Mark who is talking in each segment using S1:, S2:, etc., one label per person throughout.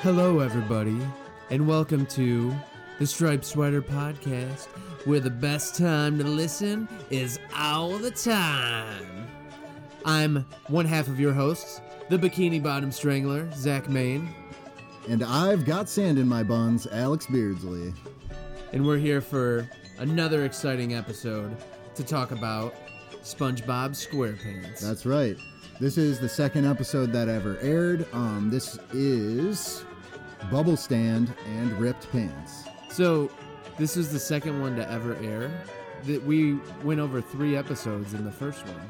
S1: Hello, everybody, and welcome to the Striped Sweater Podcast, where the best time to listen is all the time. I'm one half of your hosts, the Bikini Bottom Strangler, Zach Main,
S2: And I've got sand in my buns, Alex Beardsley.
S1: and we're here for another exciting episode to talk about SpongeBob SquarePants.
S2: That's right. This is the second episode that ever aired. Um, this is Bubble Stand and Ripped Pants.
S1: So, this is the second one to ever air. That we went over three episodes in the first one.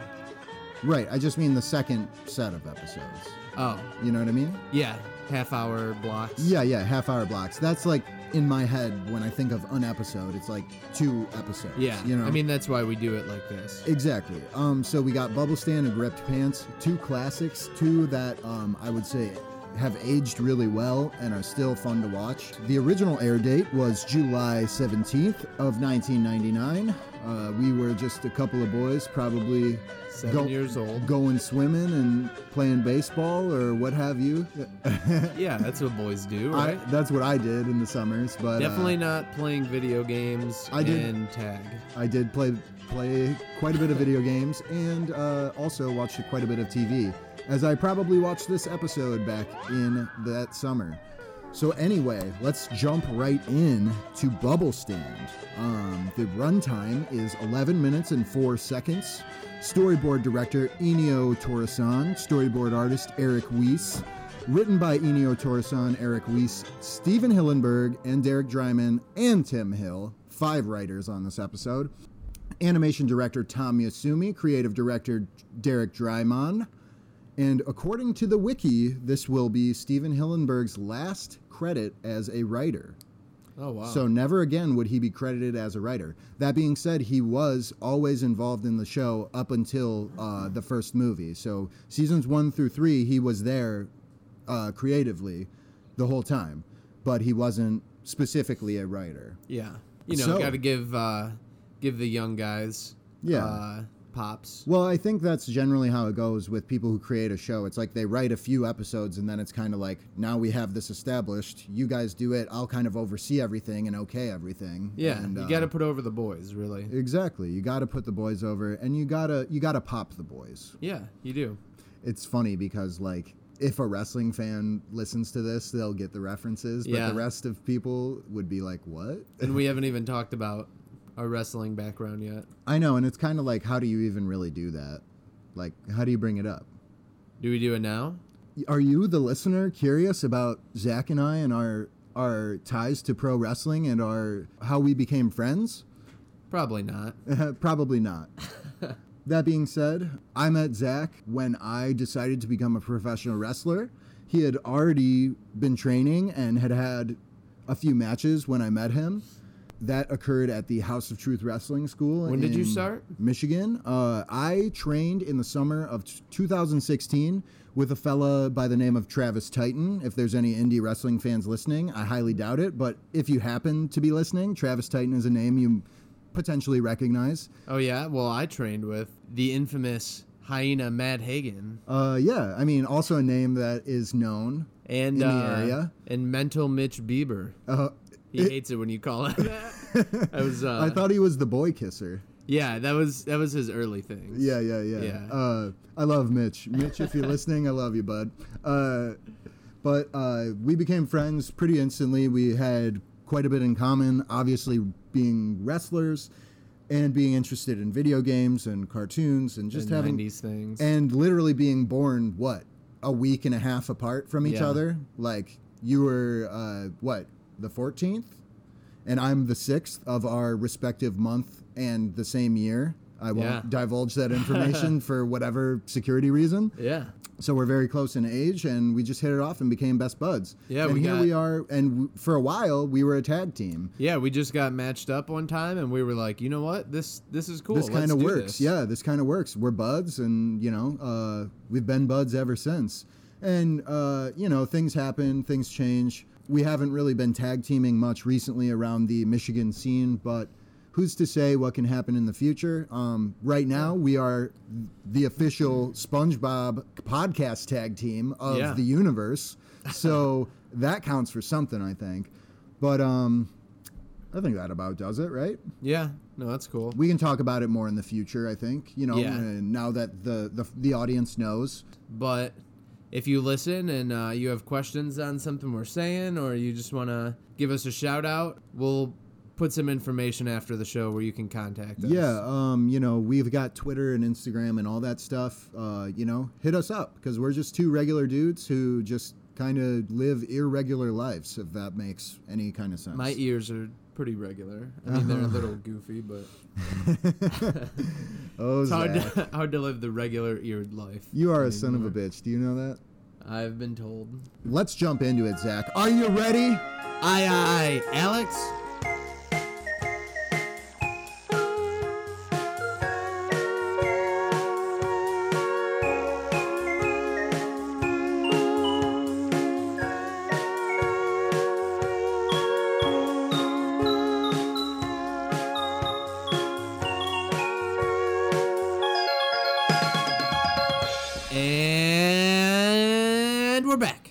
S2: Right, I just mean the second set of episodes.
S1: Oh,
S2: You know what I mean?
S1: yeah, half hour blocks.
S2: Yeah, yeah, half hour blocks. That's like in my head when I think of an episode, it's like two episodes.
S1: Yeah,
S2: You know?
S1: I mean that's why we do it like this.
S2: Exactly. Um, so we got Bubble Stand and Ripped Pants, two classics, two that um, I would say have aged really well and are still fun to watch. The original air date was July 17th of 1999. Uh, we were just a couple of boys, probably
S1: Seven years old.
S2: going swimming and playing baseball or what have you.
S1: yeah, that's what boys do,
S2: I,
S1: right?
S2: that's what I did in the summers, but uh,
S1: Definitely not playing video games
S2: I did-
S1: and tag.
S2: I did play play quite a bit of video games and uh, also watched quite a bit of TV, as I probably watched this episode back in that summer. So anyway, let's jump right in to Bubble Stand. Um, the runtime is 11 minutes and 4 seconds. Storyboard director Ennio Torreson, storyboard artist Eric Weiss, written by Ennio Torreson, Eric Weiss, Steven Hillenberg, and Derek Dryman, and Tim Hill. Five writers on this episode. Animation director Tom Yasumi, creative director Derek Drymon. And according to the wiki, this will be Steven Hillenberg's last credit as a writer.
S1: Oh wow.
S2: So never again would he be credited as a writer. That being said, he was always involved in the show up until uh, the first movie. So seasons one through three, he was there uh, creatively the whole time, but he wasn't specifically a writer.
S1: yeah, you know,
S2: So-
S1: got to give uh, give the young guys
S2: Yeah.
S1: uh, pops.
S2: Well, I think that's generally how it goes with people who create a show. It's like they write a few episodes and then it's kind of like, now we have this established. You guys do it. I'll kind of oversee everything and okay everything.
S1: Yeah,
S2: And,
S1: you
S2: uh,
S1: got to put over the boys, really.
S2: Exactly. You got to put the boys over and you got to you got to pop the boys.
S1: yeah, you do.
S2: It's funny because like if a wrestling fan listens to this, they'll get the references, but
S1: Yeah.
S2: the rest of people would be like, "What?"
S1: And we haven't even talked about our wrestling background yet.
S2: I know, and it's kind of like how do you even really do that? Like how do you bring it up?
S1: Do we do it now?
S2: Are you the listener curious about Zach and I and our our ties to pro wrestling and our how we became friends?
S1: Probably not.
S2: Probably not. that being said, I met Zach when I decided to become a professional wrestler. He had already been training and had had a few matches when I met him. That occurred at the House of Truth Wrestling School.
S1: When did you
S2: in
S1: start?
S2: Michigan. Uh, I trained in the summer of t- 2016 with a fella by the name of Travis Titan. If there's any indie wrestling fans listening, I highly doubt it. But if you happen to be listening, Travis Titan is a name you potentially recognize.
S1: Oh yeah. Well, I trained with the infamous hyena Matt Hagen.
S2: Uh, yeah, I mean, also a name that is known.
S1: and
S2: in the
S1: uh,
S2: area.
S1: and mental Mitch Bieber.
S2: Uh,
S1: He hates it when you call him that. I was uh,
S2: I thought he was the boy kisser.
S1: yeah, that was that was his early thing.
S2: Yeah, yeah, yeah.
S1: Yeah.
S2: Uh, I love Mitch. Mitch, if you're listening, I love you, bud. Uh, but uh, we became friends pretty instantly. We had quite a bit in common, obviously, being wrestlers and being interested in video games and cartoons and just
S1: just having
S2: having.
S1: these things.
S2: and literally being born what a week and a half apart from each
S1: Yeah.
S2: other like you were uh, what the 14th and i'm the 6th of our respective month and the same year i won't
S1: Yeah.
S2: divulge that information for whatever security reason
S1: yeah,
S2: so we're very close in age and we just hit it off and became best buds
S1: Yeah,
S2: and
S1: we
S2: here
S1: got-
S2: we are and w- for a while we were a tag team
S1: yeah, we just got matched up one time, and we were like, you know what, this this is cool.
S2: this kind
S1: Let's
S2: of
S1: do
S2: works.
S1: this.
S2: Yeah, this kind of works. We're buds, and you know, uh, we've been buds ever since. And uh, you know, things happen, things change. We haven't really been tag teaming much recently around the Michigan scene, but who's to say what can happen in the future? Um, right now, we are the official SpongeBob podcast tag team of
S1: Yeah.
S2: the universe, so that counts for something, I think. But um, I think that about does it, right?
S1: Yeah. No, that's cool.
S2: We can talk about it more in the future. I think you know
S1: Yeah.
S2: uh, now that the, the the audience knows.
S1: But if you listen and uh, you have questions on something we're saying, or you just want to give us a shout out, we'll put some information after the show where you can contact us.
S2: Yeah, um, you know, we've got Twitter and Instagram and all that stuff. Uh, you know, hit us up because we're just two regular dudes who just kind of live irregular lives, if that makes any kind of sense.
S1: My ears are pretty regular. I mean,
S2: Uh-huh.
S1: they're a little goofy, but
S2: oh,
S1: it's hard
S2: Zach,
S1: to, hard to live the regular eared life.
S2: you are a
S1: anymore.
S2: son of a bitch. Do you know that?
S1: I've been told.
S2: Let's jump into it, Zach. Are you ready?
S1: Aye, aye, aye. Alex. And we're back.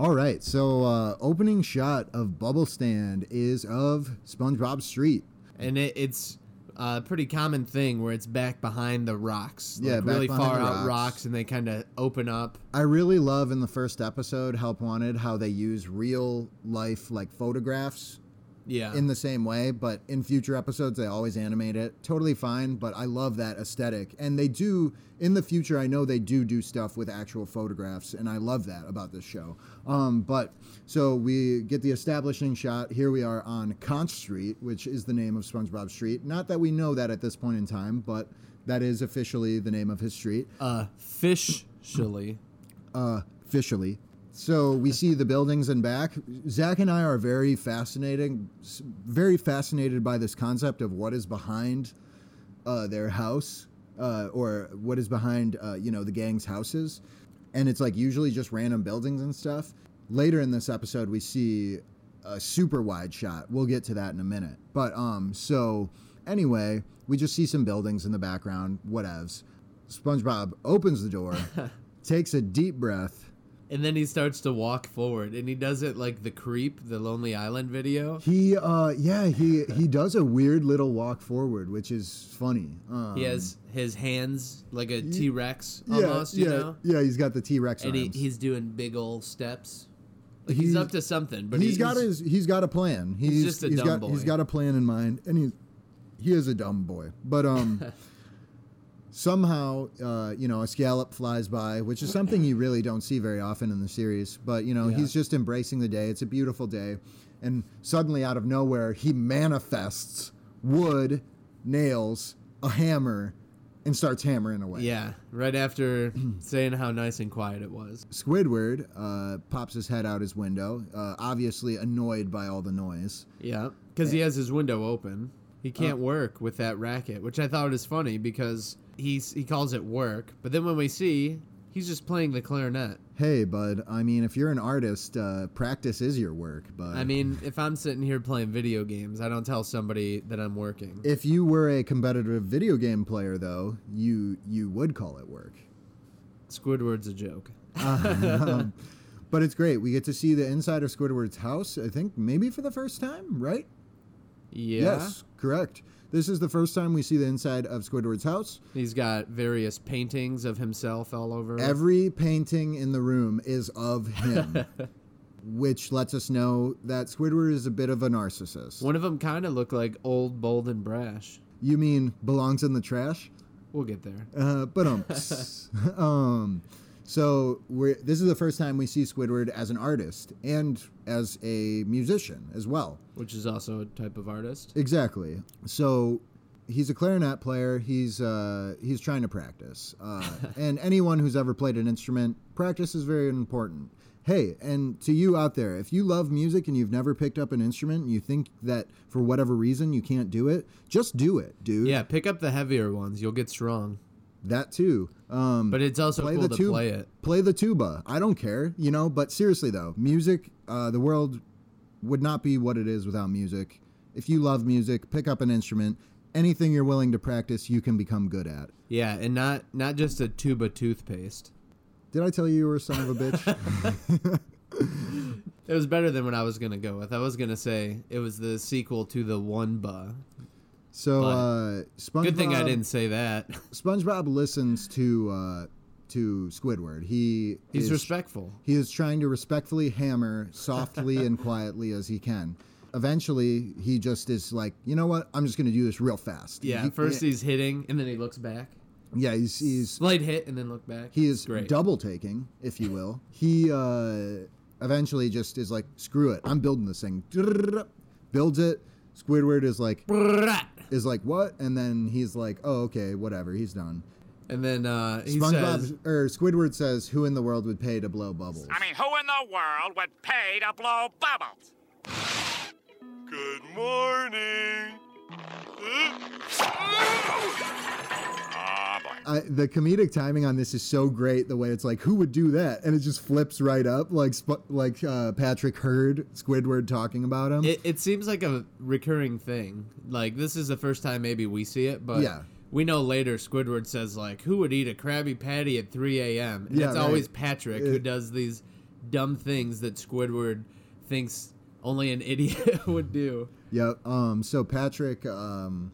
S2: All right. So, uh, opening shot of Bubble Stand is of SpongeBob Street.
S1: and it, it's a pretty common thing where it's back behind the rocks,
S2: Yeah,
S1: like
S2: back
S1: really
S2: behind
S1: far
S2: the
S1: out
S2: rocks.
S1: rocks, and they kind of open up.
S2: I really love in the first episode, Help Wanted, how they use real life like photographs
S1: Yeah,
S2: in the same way, but in future episodes they always animate it. Totally fine, but I love that aesthetic. And they do in the future. I know they do do stuff with actual photographs, and I love that about this show. Um, but so we get the establishing shot. Here we are on Conch Street, which is the name of SpongeBob Street. Not that we know that at this point in time, but that is officially the name of his street
S1: uh, fish shilly.
S2: uh, officially. So we see the buildings and back. Zach and I are very fascinating, s- very fascinated by this concept of what is behind uh, their house uh, or what is behind uh, you know the gang's houses, and it's like usually just random buildings and stuff. Later in this episode, we see a super wide shot. We'll get to that in a minute. But um, so anyway, we just see some buildings in the background. Whatevs. SpongeBob opens the door, takes a deep breath.
S1: And then he starts to walk forward, and he does it like the creep, the Lonely Island video.
S2: He, uh, yeah, he he does a weird little walk forward, which is funny. Um,
S1: He has his hands like a T Rex
S2: yeah,
S1: almost,
S2: yeah,
S1: you know,
S2: yeah. He's got the T Rex
S1: and
S2: arms.
S1: he, he's doing big old steps. Like he's,
S2: He-
S1: up to something, but
S2: he's got his he's got a plan. He's,
S1: just a
S2: he's
S1: dumb
S2: got
S1: boy.
S2: he's got a plan in mind, and he's he is a dumb boy. But um, somehow uh, you know a scallop flies by, which is something you really don't see very often in the series. But you know
S1: Yeah.
S2: he's just embracing the day. It's a beautiful day, and suddenly out of nowhere he manifests wood, nails, a hammer, and starts hammering away.
S1: yeah. Right after saying how nice and quiet it was,
S2: Squidward uh, pops his head out his window, uh, obviously annoyed by all the noise.
S1: Yeah, because he has his window open. He can't work with that racket, which I thought was funny because he's he calls it work, but then when we see, he's just playing the clarinet.
S2: Hey, bud. I mean, if you're an artist, uh, practice is your work, bud.
S1: I mean, if I'm sitting here playing video games, I don't tell somebody that I'm working.
S2: if you were a competitive video game player, though, you you would call it work.
S1: Squidward's a joke.
S2: Um, but it's great. We get to see the inside of Squidward's house. I think maybe for the first time, right?
S1: Yeah,
S2: Yes, correct. This is the first time we see the inside of Squidward's house.
S1: he's got various paintings of himself all over.
S2: Every painting in the room is of him, which lets us know that Squidward is a bit of a narcissist.
S1: One of them kind of looked like old, bold, and brash.
S2: You mean belongs in the trash?
S1: We'll get there.
S2: Uh, but um, um, so we're this is the first time we see Squidward as an artist and as a musician as well.
S1: Which is also a type of artist.
S2: Exactly. So he's a clarinet player. He's uh, he's trying to practice. Uh, and anyone who's ever played an instrument, practice is very important. Hey, and to you out there, if you love music and you've never picked up an instrument and you think that for whatever reason you can't do it, just do it, dude.
S1: Yeah, pick up the heavier ones. You'll get strong.
S2: That too. Um,
S1: But it's also cool to
S2: tube,
S1: play it.
S2: Play the tuba. I don't care, you know. But seriously though, music, uh, the world would not be what it is without music. If you love music, pick up an instrument. Anything you're willing to practice, you can become good at.
S1: Yeah, and not not just a tube of toothpaste.
S2: Did I tell you you were a son of a bitch?
S1: It was better than what I was gonna go with. I was gonna say it was the sequel to the One Ba.
S2: So, uh, SpongeBob.
S1: Good thing I didn't say that.
S2: SpongeBob listens to uh, to Squidward. He
S1: He's
S2: is,
S1: respectful.
S2: He is trying to respectfully hammer softly and quietly as he can. Eventually, he just is like, you know what? I'm just going to do this real fast.
S1: Yeah,
S2: He-
S1: first he's hitting and then he looks back.
S2: yeah, he's he's
S1: Slight hit and then look back.
S2: he is
S1: great.
S2: double taking, if you will. He uh, eventually just is like, screw it, I'm building this thing. Builds it. Squidward is like
S1: Brat.
S2: is like what? And then he's like, oh okay, whatever. He's done.
S1: And then uh, he
S2: SpongeBob
S1: says,
S2: or Squidward says, who in the world would pay to blow bubbles?
S3: I mean, who in the world would pay to blow bubbles?
S4: Good morning.
S3: Oh, boy.
S2: I, the comedic timing on this is so great. The way it's like, who would do that? And it just flips right up, like Sp- like uh, Patrick heard Squidward talking about him.
S1: it, it seems like a recurring thing. Like, this is the first time maybe we see it, but
S2: Yeah.
S1: we know later Squidward says, like, who would eat a Krabby Patty at 3 a.m.? And
S2: Yeah,
S1: it's
S2: right.
S1: always Patrick who
S2: It-
S1: does these dumb things that Squidward thinks only an idiot would do.
S2: yeah. Um. So Patrick um,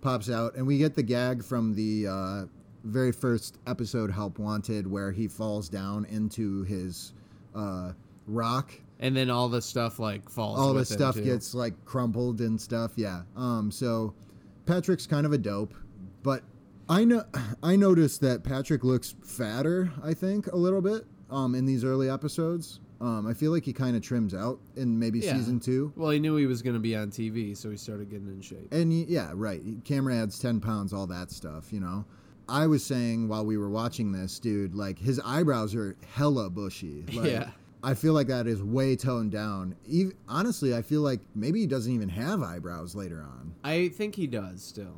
S2: pops out, and we get the gag from the uh, very first episode, Help Wanted, where he falls down into his uh, rock
S1: And then all the stuff, like, falls.
S2: all the
S1: with him,
S2: stuff
S1: too.
S2: gets like crumpled and stuff. Yeah. Um. So Patrick's kind of a dope, but I know I noticed that Patrick looks fatter. I think a little bit. Um. In these early episodes. Um. I feel like he kind of trims out in maybe
S1: Yeah.
S2: season two.
S1: Well, he knew he was going to be on TV, so he started getting in shape.
S2: And y- yeah, right. Camera adds 10 pounds, all that stuff, you know? I was saying while we were watching this, dude, like his eyebrows are hella bushy. Like,
S1: Yeah.
S2: I feel like that is way toned down. Ev honestly, I feel like maybe he doesn't even have eyebrows later on.
S1: I think he does still.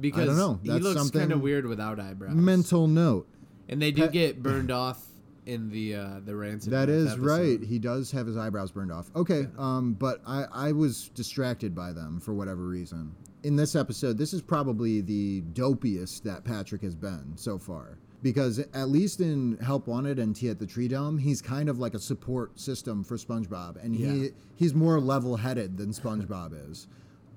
S1: Because
S2: know.
S1: he
S2: That's
S1: looks
S2: something-
S1: kind of weird without eyebrows.
S2: Mental note.
S1: And they do
S2: Pe-
S1: get burned off in the uh, the rancid.
S2: That
S1: Death
S2: is
S1: episode.
S2: right. He does have his eyebrows burned off. Okay, um, but I, I was distracted by them for whatever reason. In this episode, this is probably the dopiest that Patrick has been so far. Because at least in Help Wanted and Tea at the Tree Dome, he's kind of like a support system for SpongeBob, and he
S1: Yeah.
S2: he's more level-headed than SpongeBob is.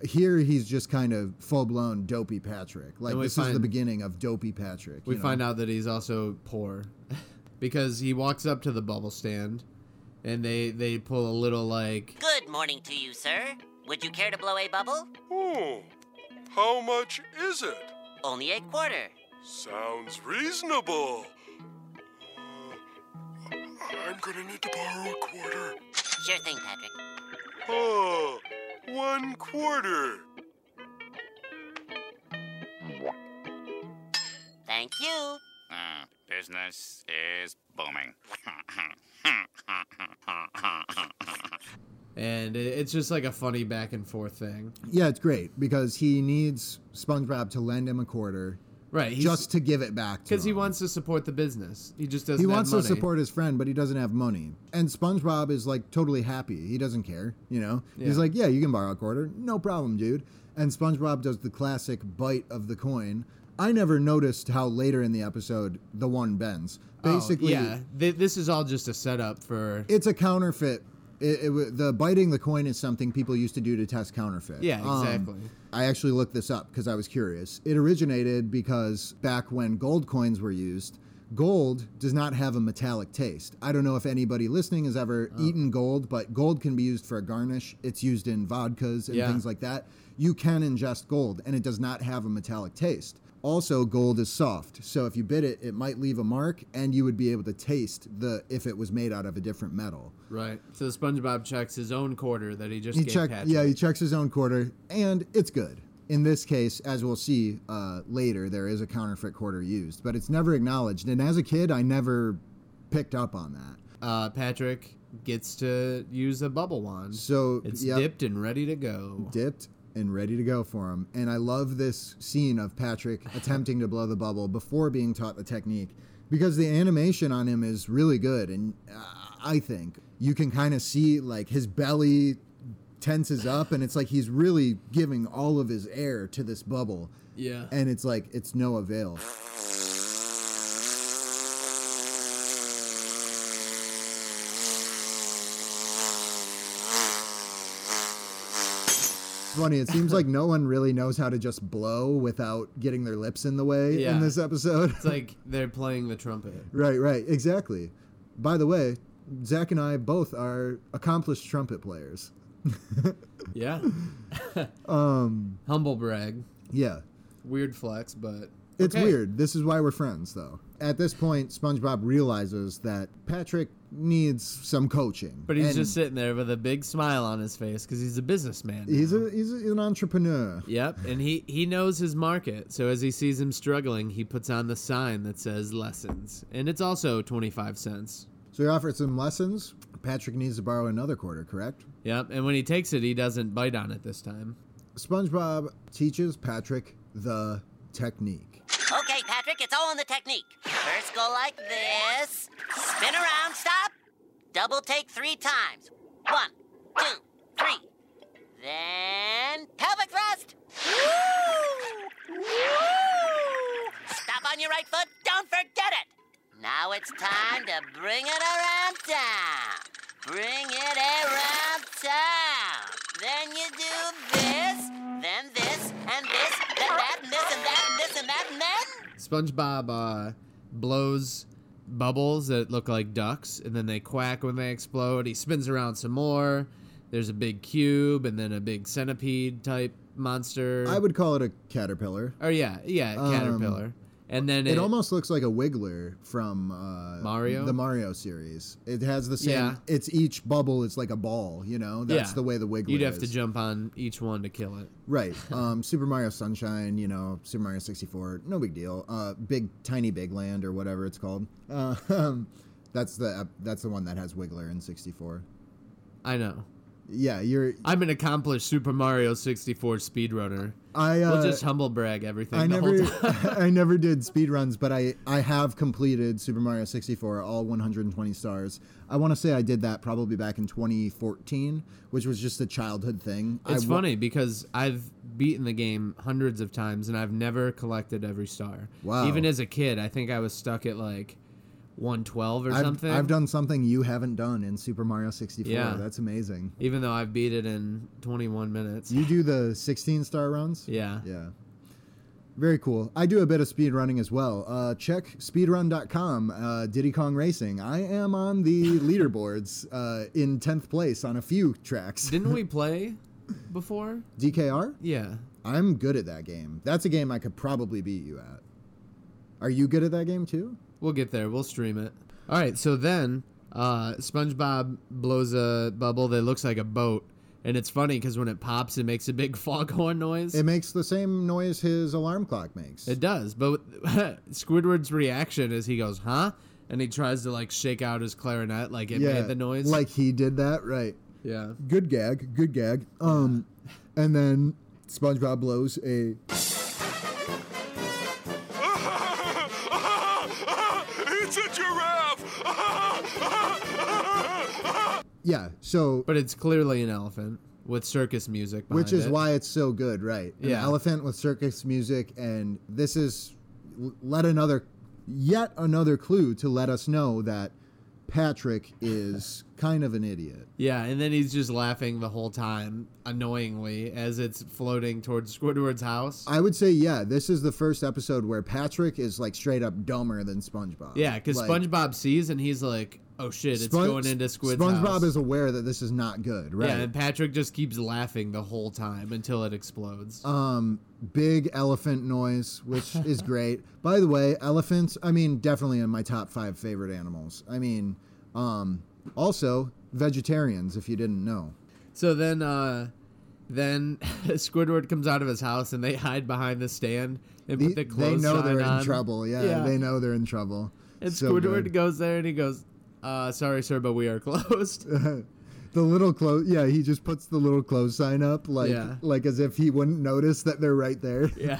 S2: Here, he's just kind of full-blown dopey Patrick. Like
S1: And we
S2: this is the
S1: find-
S2: beginning of dopey Patrick.
S1: We
S2: you know?
S1: find out that he's also poor because he walks up to the bubble stand and they they pull a little like
S5: Good morning to you, sir. Would you care to blow a bubble?
S4: Hmm. How much is it?
S5: Only a quarter.
S4: Sounds reasonable. Uh, I'm gonna need to borrow a quarter.
S5: Sure thing, Patrick.
S4: Oh, one quarter.
S5: Thank you.
S3: Uh, business is booming.
S1: and it- it's just like a funny back and forth thing.
S2: Yeah, it's great because he needs SpongeBob to lend him a quarter
S1: Right. He's,
S2: just to give it back to
S1: because he
S2: him.
S1: wants to support the business. He just doesn't
S2: he
S1: have
S2: wants
S1: money.
S2: to support his friend, but he doesn't have money. And SpongeBob is like totally happy. He doesn't care, you know.
S1: Yeah.
S2: He's like, "Yeah, you can borrow a quarter, no problem, dude." And SpongeBob does the classic bite of the coin. I never noticed how later in the episode the one bends.
S1: Oh,
S2: Basically,
S1: yeah. Th- this is all just a setup for.
S2: it's a counterfeit. It, it, wa- the biting the coin is something people used to do to test counterfeit.
S1: Yeah,
S2: Um,
S1: exactly.
S2: I actually looked this up because I was curious. It originated because back when gold coins were used, gold does not have a metallic taste. I don't know if anybody listening has ever eaten gold, but gold can be used for a garnish. It's used in vodkas and
S1: Yeah.
S2: things like that. You can ingest gold, and it does not have a metallic taste. Also, gold is soft, so if you bit it, it might leave a mark, and you would be able to taste the if it was made out of a different metal.
S1: Right. So SpongeBob checks his own quarter that he just
S2: He
S1: gave
S2: check,
S1: Patrick.
S2: yeah, he checks his own quarter, and it's good. In this case, as we'll see uh, later, there is a counterfeit quarter used, but it's never acknowledged. And as a kid, I never picked up on that.
S1: uh, Patrick gets to use a bubble wand.
S2: So
S1: it's
S2: yep,
S1: dipped and ready to go.
S2: dipped and ready to go for him. And I love this scene of Patrick attempting to blow the bubble before being taught the technique because the animation on him is really good. And uh, I think you can kind of see like his belly tenses up and it's like he's really giving all of his air to this bubble.
S1: Yeah.
S2: And it's like it's no avail. It's funny. It seems like no one really knows how to just blow without getting their lips in the way
S1: Yeah.
S2: in this episode.
S1: It's like they're playing the trumpet.
S2: right, right, exactly. By the way, Zach and I both are accomplished trumpet players.
S1: Yeah. um.
S2: Um,
S1: Humble brag.
S2: Yeah.
S1: Weird flex, but
S2: It's
S1: okay.
S2: weird. This is why we're friends, though. At this point, SpongeBob realizes that Patrick needs some coaching.
S1: But he's
S2: And
S1: just sitting there with a big smile on his face because he's a businessman. now.
S2: he's a, he's an entrepreneur.
S1: Yep, and he he knows his market. So as he sees him struggling, he puts on the sign that says lessons, and it's also twenty five cents.
S2: So he offers him lessons. Patrick needs to borrow another quarter, correct?
S1: Yep, and when he takes it, he doesn't bite on it this time.
S2: SpongeBob teaches Patrick the technique.
S5: Okay, Patrick, it's all in the technique. First go like this. Spin around, stop. Double take three times. One, two, three. Then pelvic thrust. Woo! Woo! Stop on your right foot. Don't forget it. Now it's time to bring it around town. Bring it around town. Then you do this, then this, and this, then that, and this, and that, and this, and that, and then.
S1: SpongeBob uh, blows bubbles that look like ducks, and then they quack when they explode. He spins around some more. There's a big cube, and then a big centipede type monster.
S2: I would call it a caterpillar.
S1: Or yeah, yeah,
S2: Um,
S1: caterpillar. And then
S2: It almost looks like a Wiggler from uh,
S1: Mario?
S2: the Mario series. It has the same.
S1: Yeah.
S2: It's each bubble. It's like a ball. You know, that's
S1: Yeah.
S2: the way the Wiggler.
S1: You'd have to
S2: is.
S1: jump on each one to kill it.
S2: Right. Um, Super Mario Sunshine, you know, Super Mario 64, no big deal. Uh, big, tiny, big land or whatever it's called. Uh, um, that's the ep- that's the one that has Wiggler in 64.
S1: I know.
S2: Yeah, you're.
S1: I'm an accomplished Super Mario 64 speedrunner.
S2: I uh,
S1: We'll just humble brag everything
S2: I
S1: the
S2: never e
S1: whole time.
S2: I never did speedruns, but I I have completed Super Mario 64 all 120 stars. I want to say I did that probably back in 2014, which was just a childhood thing. I
S1: It's
S2: wa-
S1: funny because I've beaten the game hundreds of times and I've never collected every star.
S2: Wow.
S1: Even as a kid, I think I was stuck at like 112 or
S2: I've,
S1: something.
S2: I've done something you haven't done in Super Mario 64.
S1: Yeah.
S2: That's amazing.
S1: Even though I've beat it in 21 minutes.
S2: You do the 16 star runs?
S1: Yeah.
S2: Yeah. Very cool. I do a bit of speed running as well. Uh, check speedrun.com, uh, Diddy Kong Racing. I am on the leaderboards uh, in 10th place on a few tracks.
S1: Didn't we play before?
S2: DKR?
S1: Yeah.
S2: I'm good at that game. That's a game I could probably beat you at. Are you good at that game too?
S1: We'll get there. We'll stream it. All right. So then, uh, SpongeBob blows a bubble that looks like a boat, and it's funny because when it pops, it makes a big foghorn noise.
S2: It
S1: It,
S2: makes the same noise his alarm clock makes.
S1: does. But Squidward's reaction is he goes, "Huh?" and he tries to like shake out his clarinet, like it made the noise.
S2: Like he did that, right?
S1: yeah.
S2: Good gag, good gag. Um, and then SpongeBob blows a
S4: it's a giraffe!
S2: Yeah. So,
S1: But it's clearly an elephant with circus music. Behind
S2: which is
S1: it.
S2: why it's so good, right? An
S1: Yeah.
S2: elephant with circus music, and this is l- let another, yet another clue to let us know that Patrick is kind of an idiot.
S1: Yeah, and then he's just laughing the whole time, annoyingly, as it's floating towards Squidward's house.
S2: I would say, yeah, this is the first episode where Patrick is like straight up dumber than SpongeBob.
S1: Yeah, because
S2: Like,
S1: SpongeBob sees and he's like, "Oh shit, it's
S2: Spon-
S1: going into Squid's
S2: SpongeBob
S1: house."
S2: is aware that this is not good, right?
S1: yeah, and Patrick just keeps laughing the whole time until it explodes.
S2: um big elephant noise which is great by the way elephants i mean definitely in my top five favorite animals i mean um also vegetarians if you didn't know
S1: so then, uh, then Squidward comes out of his house and they hide behind the stand and
S2: The-
S1: put the
S2: they
S1: clothes
S2: know
S1: sign
S2: they're in
S1: on.
S2: trouble yeah,
S1: Yeah.
S2: they know they're in trouble
S1: And
S2: So
S1: Squidward
S2: good.
S1: goes there and he goes, uh, "Sorry, sir, but we are closed."
S2: the little clothes yeah he just puts the little clothes sign up like
S1: Yeah.
S2: like as if he wouldn't notice that they're right there
S1: yeah.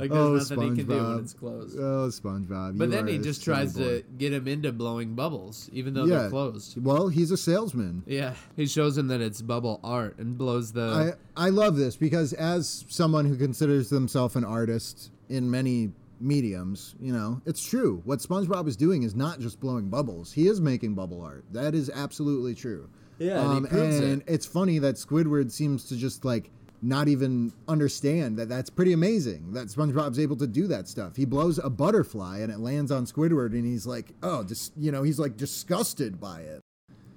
S1: Like there's
S2: Oh,
S1: nothing he can do when
S2: SpongeBob.
S1: it's closed.
S2: Oh, SpongeBob.
S1: but
S2: you
S1: then
S2: are
S1: he
S2: a
S1: just
S2: silly
S1: tries
S2: boy.
S1: to get him into blowing bubbles, even though they're closed.
S2: Well, he's a salesman.
S1: Yeah, he shows him that it's bubble art and blows the.
S2: I, I love this because as someone who considers themselves an artist in many mediums, you know, it's true. What SpongeBob is doing is not just blowing bubbles. He is making bubble art. That is absolutely true. Um,
S1: Yeah, and he proves it.
S2: and it's funny that Squidward seems to just like not even understand that that's pretty amazing that SpongeBob's able to do that stuff. He blows a butterfly and it lands on Squidward and he's like, "Oh, just, you know, he's like disgusted by it."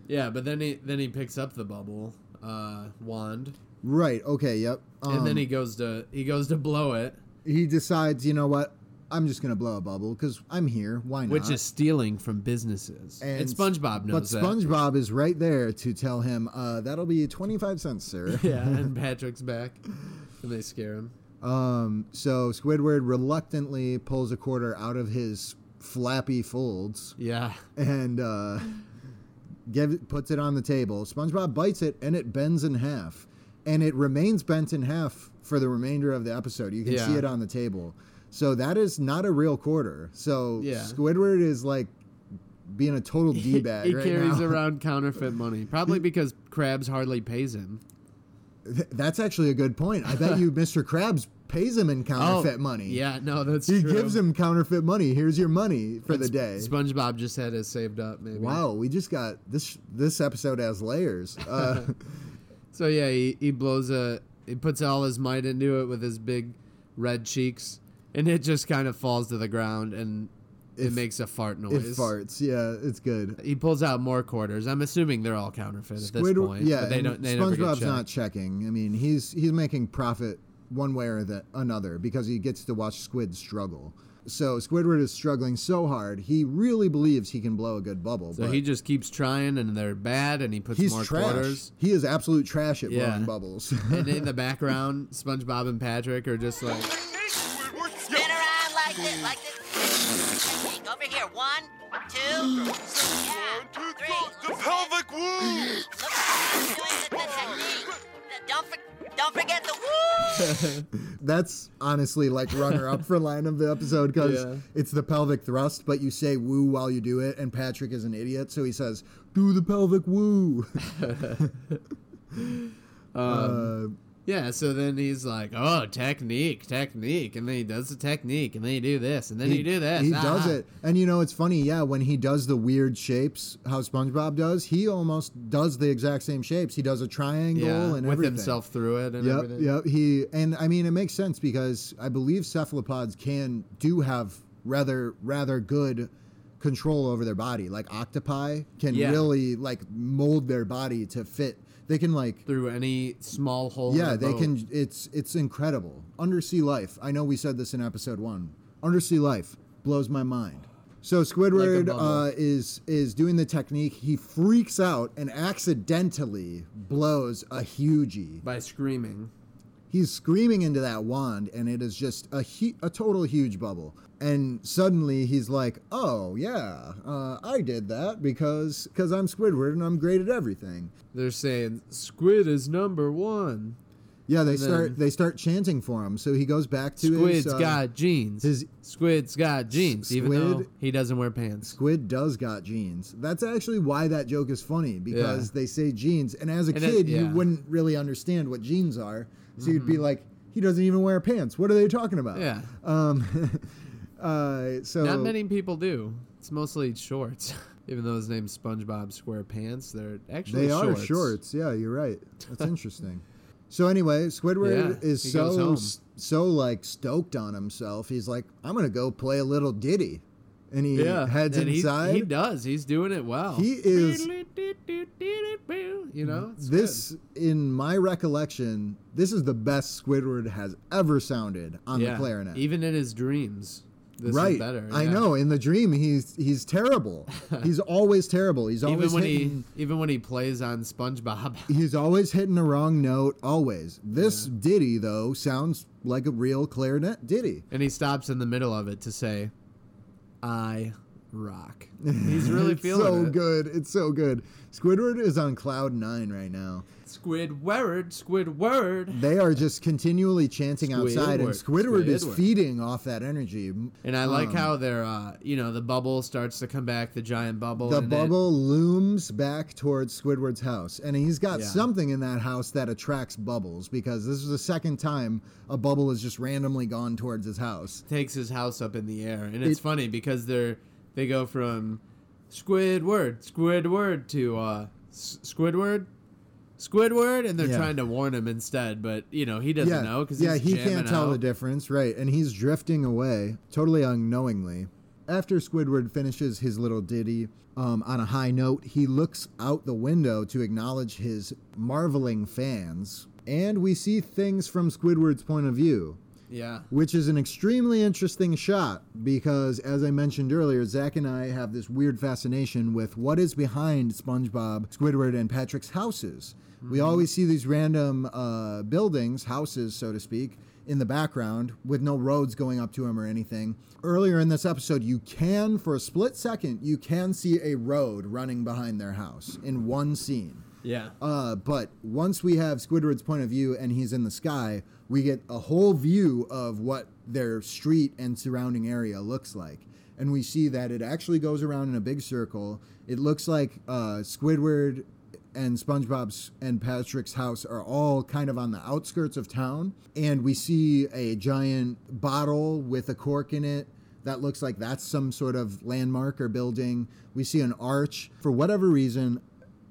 S1: yeah, but then he then he picks up the bubble uh, wand,
S2: Right. Okay, yep.
S1: and
S2: Um,
S1: then he goes to he goes to blow it,
S2: he decides, you know what? I'm just gonna blow a bubble because I'm here. Why not?
S1: which is stealing from businesses. And, SpongeBob knows
S2: but
S1: that.
S2: SpongeBob is right there to tell him uh, that'll be 25 cents, sir.
S1: yeah, and Patrick's back, and they scare him.
S2: um, so Squidward reluctantly pulls a quarter out of his flappy folds
S1: Yeah,
S2: and uh, give, puts it on the table. SpongeBob bites it and it bends in half, and it remains bent in half for the remainder of the episode. You can
S1: Yeah.
S2: see it on the table. So that is not a real quarter. So
S1: Yeah.
S2: Squidward is like being a total d bag.
S1: he
S2: right
S1: carries
S2: now.
S1: around counterfeit money, probably because Krabs hardly pays him.
S2: Th- That's actually a good point. I bet you Mr. Krabs pays him in counterfeit money.
S1: Oh, Yeah, no, that's
S2: He
S1: true.
S2: gives him counterfeit money. Here's your money for the
S1: Sp-
S2: day.
S1: SpongeBob just had it saved up, maybe.
S2: Wow, we just got this. This episode has layers. Uh,
S1: So yeah, he, he blows a he puts all his might into it with his big red cheeks, and it just kind of falls to the ground and it
S2: If-
S1: makes a fart
S2: it
S1: noise.
S2: farts. Yeah, it's good.
S1: He pulls out more quarters. I'm assuming they're all counterfeit at this
S2: Squidward-
S1: point. but they
S2: and
S1: don't. They never get
S2: SpongeBob's
S1: checked.
S2: not checking. I mean, he's he's making profit one way or the another because he gets to watch Squid struggle. So Squidward is struggling so hard, he really believes he can blow a good bubble.
S1: So
S2: but
S1: he just keeps trying, and they're bad, and he puts
S2: he's
S1: more
S2: trash.
S1: quarters.
S2: He is absolute trash at
S1: Yeah.
S2: blowing bubbles.
S1: And in the background, SpongeBob and Patrick are just like,
S4: Squidward,
S5: Spin around like this, like this. Technique over here. One, two, yeah, three.
S4: the pelvic wound.
S5: Look, he's doing the, the technique. Don't, for, don't forget the woo.
S2: That's honestly like runner up for line of the episode because
S1: Yeah.
S2: it's the pelvic thrust, but you say woo while you do it, and Patrick is an idiot, so he says, Do the pelvic woo.
S1: Um,
S2: Uh,
S1: yeah. So then he's like, oh, technique, technique, and then he does the technique, and then you do this, and then you do this.
S2: He
S1: ah,
S2: does
S1: ah.
S2: it. And you know, it's funny, yeah, when he does the weird shapes, how SpongeBob does, he almost does the exact same shapes. He does a triangle
S1: Yeah,
S2: and
S1: with
S2: everything.
S1: himself through it and
S2: Yep,
S1: everything.
S2: yep. He and I mean it makes sense because I believe cephalopods can do have rather rather good control over their body. Like octopi can
S1: Yeah.
S2: really like mold their body to fit. They can like
S1: Through any small hole. in
S2: yeah,
S1: a
S2: they
S1: boat.
S2: can. It's it's incredible. Undersea life. I know we said this in episode one. Undersea life blows my mind. So Squidward
S1: bubble.
S2: uh, is is doing the technique. He freaks out and accidentally blows a E. hugie.
S1: by screaming.
S2: He's screaming into that wand, and it is just a hu- a total huge bubble. And suddenly he's like, "Oh yeah, uh, I did that because because I'm Squidward and I'm great at everything."
S1: They're saying squid is number one.
S2: Yeah, they
S1: then-
S2: start they start chanting for him. So he goes back to
S1: Squid's
S2: his uh,
S1: got jeans.
S2: his-
S1: Squid's got jeans, even though
S2: Squid-
S1: he doesn't wear pants.
S2: Squid does got jeans. That's actually why that joke is funny because
S1: Yeah.
S2: they say jeans, and as a
S1: And it-
S2: kid, you
S1: yeah. Mm-hmm.
S2: wouldn't really understand what jeans are. So you'd be like, he doesn't even wear pants. What are they talking about?
S1: Yeah.
S2: Um. uh. So
S1: Not many people do. It's mostly shorts. even though his name's SpongeBob SquarePants, they're actually
S2: They are
S1: shorts.
S2: shorts. Yeah, you're right. That's interesting. So anyway, Squidward
S1: Yeah,
S2: is
S1: he goes
S2: so
S1: home.
S2: so like stoked on himself. He's like, I'm gonna go play a little ditty, and he
S1: Yeah.
S2: heads
S1: and he-
S2: inside.
S1: He, does. He's doing it well.
S2: He is-
S1: You know. it's
S2: this, in my recollection, this is the best Squidward has ever sounded on
S1: good. yeah.
S2: the clarinet.
S1: Even in his dreams, this
S2: right.
S1: is better.
S2: I
S1: yeah.
S2: know. In the dream, he's he's terrible. he's always terrible. He's always
S1: Even when
S2: hitting,
S1: he even when he plays on SpongeBob.
S2: he's always hitting the wrong note. Always. This ditty though sounds like a real clarinet ditty.
S1: And he stops in the middle of it to say, I rock. He's really
S2: It's
S1: feeling
S2: so
S1: it.
S2: good. It's so good. Squidward is on cloud nine right now.
S1: Squidward, Squidward.
S2: They are just continually chanting outside, and
S1: Squidward,
S2: Squidward, is
S1: Squidward.
S2: feeding off that energy.
S1: And I
S2: Um.
S1: like how their, uh, you know, the bubble starts to come back, the giant bubble.
S2: The
S1: and it-
S2: bubble looms back towards Squidward's house, and he's got
S1: Yeah.
S2: something in that house that attracts bubbles because this is the second time a bubble has just randomly gone towards his house.
S1: takes his house up in the air, and it's
S2: It-
S1: funny because they're they go from Squidward, Squidward to uh, S- Squidward, Squidward, and they're
S2: Yeah.
S1: trying to warn him instead, but you know he doesn't know because
S2: yeah, he
S1: jamming
S2: can't tell the
S1: out.
S2: difference, right? And he's drifting away totally unknowingly. After Squidward finishes his little ditty um, on a high note, he looks out the window to acknowledge his marveling fans, and we see things from Squidward's point of view.
S1: Yeah,
S2: Which is an extremely interesting shot because, as I mentioned earlier, Zach and I have this weird fascination with what is behind SpongeBob, Squidward, and Patrick's houses. We always see these random uh, buildings, houses, so to speak, in the background with no roads going up to them or anything. Earlier in this episode, you can, for a split second, you can see a road running behind their house in one scene.
S1: yeah.
S2: Uh, but once we have Squidward's point of view and he's in the sky, we get a whole view of what their street and surrounding area looks like. And we see that it actually goes around in a big circle. It looks like uh, Squidward and SpongeBob's and Patrick's house are all kind of on the outskirts of town. And we see a giant bottle with a cork in it that looks like that's some sort of landmark or building. We see an arch. For whatever reason,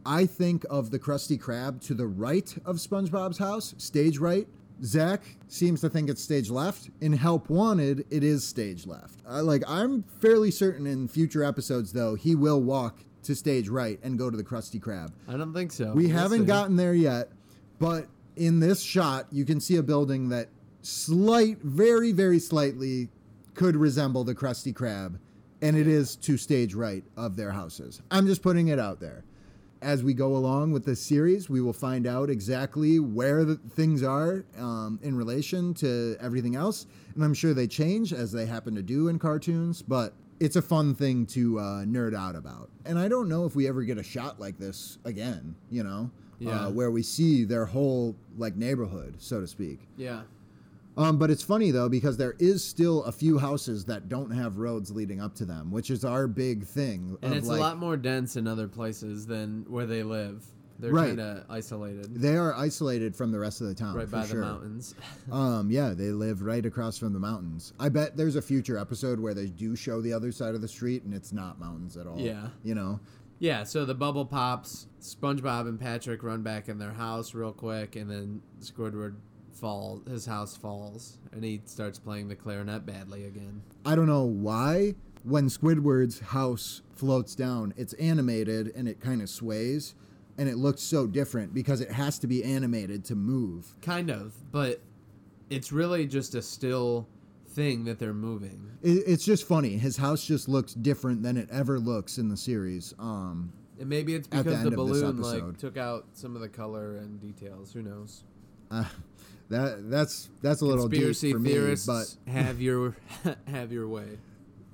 S2: I think of the Krusty Krab to the right of SpongeBob's house, stage right. Zach seems to think it's stage left. In Help Wanted, it is stage left. I, like I'm fairly certain in future episodes, though, he will walk to stage right and go to the Krusty Krab.
S1: I don't think so.
S2: We
S1: We'll
S2: haven't
S1: see.
S2: gotten there yet, but in this shot, you can see a building that slight, very, very slightly could resemble the Krusty Krab, and it is to stage right of their houses. I'm just putting it out there. As we go along with this series, we will find out exactly where the things are um, in relation to everything else, and I'm sure they change as they happen to do in cartoons. But it's a fun thing to uh, nerd out about, and I don't know if we ever get a shot like this again. You know,
S1: Yeah.
S2: uh, where we see their whole like neighborhood, so to speak.
S1: Yeah,
S2: Um, but it's funny though because there is still a few houses that don't have roads leading up to them, which is our big thing.
S1: and
S2: of,
S1: it's
S2: like,
S1: a lot more dense in other places than where they live. They're
S2: Right.
S1: kind of isolated,
S2: They are isolated from the rest of the town,
S1: right
S2: for
S1: by
S2: sure.
S1: the mountains.
S2: Um, yeah, they live right across from the mountains. I bet there's a future episode where they do show the other side of the street and it's not mountains at all.
S1: Yeah.
S2: you know,
S1: Yeah, so the bubble pops. SpongeBob and Patrick run back in their house real quick, and then Squidward falls. His house falls, and he starts playing the clarinet badly again.
S2: I don't know why when Squidward's house floats down, it's animated and it kind of sways, and it looks so different because it has to be animated to move.
S1: Kind of, but it's really just a still thing that they're moving.
S2: It, it's just funny. His house just looks different than it ever looks in the series. Um,
S1: And maybe it's
S2: At the
S1: because the,
S2: end of this
S1: balloon like
S2: episode.
S1: took out some of the color and details. Who knows?
S2: uh, that that's that's a little
S1: Conspiracy
S2: deep for
S1: theorists
S2: me, but
S1: have your have your way.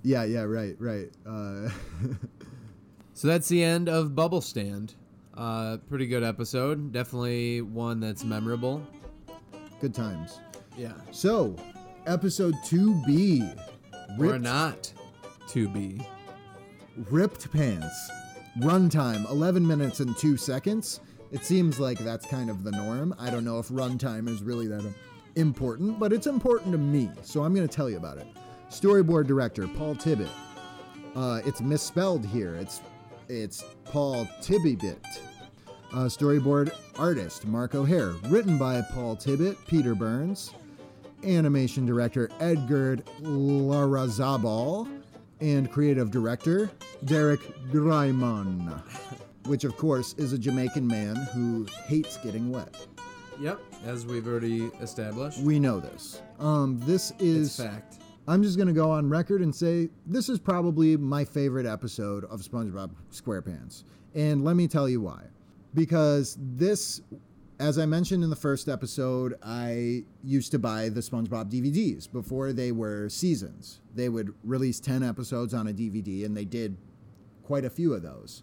S2: yeah, yeah, right, right. Uh,
S1: So that's the end of Bubble Stand. Uh, pretty good episode. Definitely one that's memorable.
S2: good times.
S1: Yeah.
S2: So, episode 2B.
S1: We're
S2: Ripped,
S1: not to be.
S2: ripped pants. Runtime 11 minutes and 2 seconds. It seems like that's kind of the norm. I don't know if runtime is really that important, but it's important to me, so I'm going to tell you about it. Storyboard director Paul Tibbett. Uh, it's misspelled here. It's it's Paul Tibbett. Uh, storyboard artist Mark O'Hare. Written by Paul Tibbett, Peter Burns. animation director Edgar Larazabal and creative director Derek Dryman, which of course is a Jamaican man who hates getting wet.
S1: Yep, as we've already established.
S2: We know this. Um, this
S1: it's
S2: is.
S1: fact.
S2: I'm just gonna go on record and say this is probably my favorite episode of SpongeBob SquarePants, and let me tell you why. Because this as I mentioned in the first episode, I used to buy the SpongeBob DVDs before they were seasons. They would release 10 episodes on a DVD, and they did quite a few of those.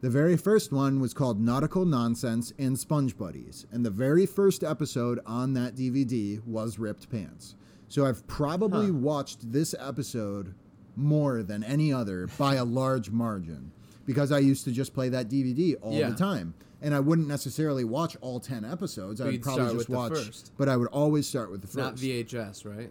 S2: The very first one was called Nautical Nonsense and Sponge Buddies, and the very first episode on that DVD was Ripped Pants. So I've probably watched this episode more than any other by a large margin because I used to just play that DVD all
S1: Yeah.
S2: the time. And I wouldn't necessarily watch all 10 episodes. I would
S1: you'd
S2: probably
S1: start
S2: just
S1: with the
S2: watch,
S1: first.
S2: but I would always start with the first.
S1: Not VHS, right?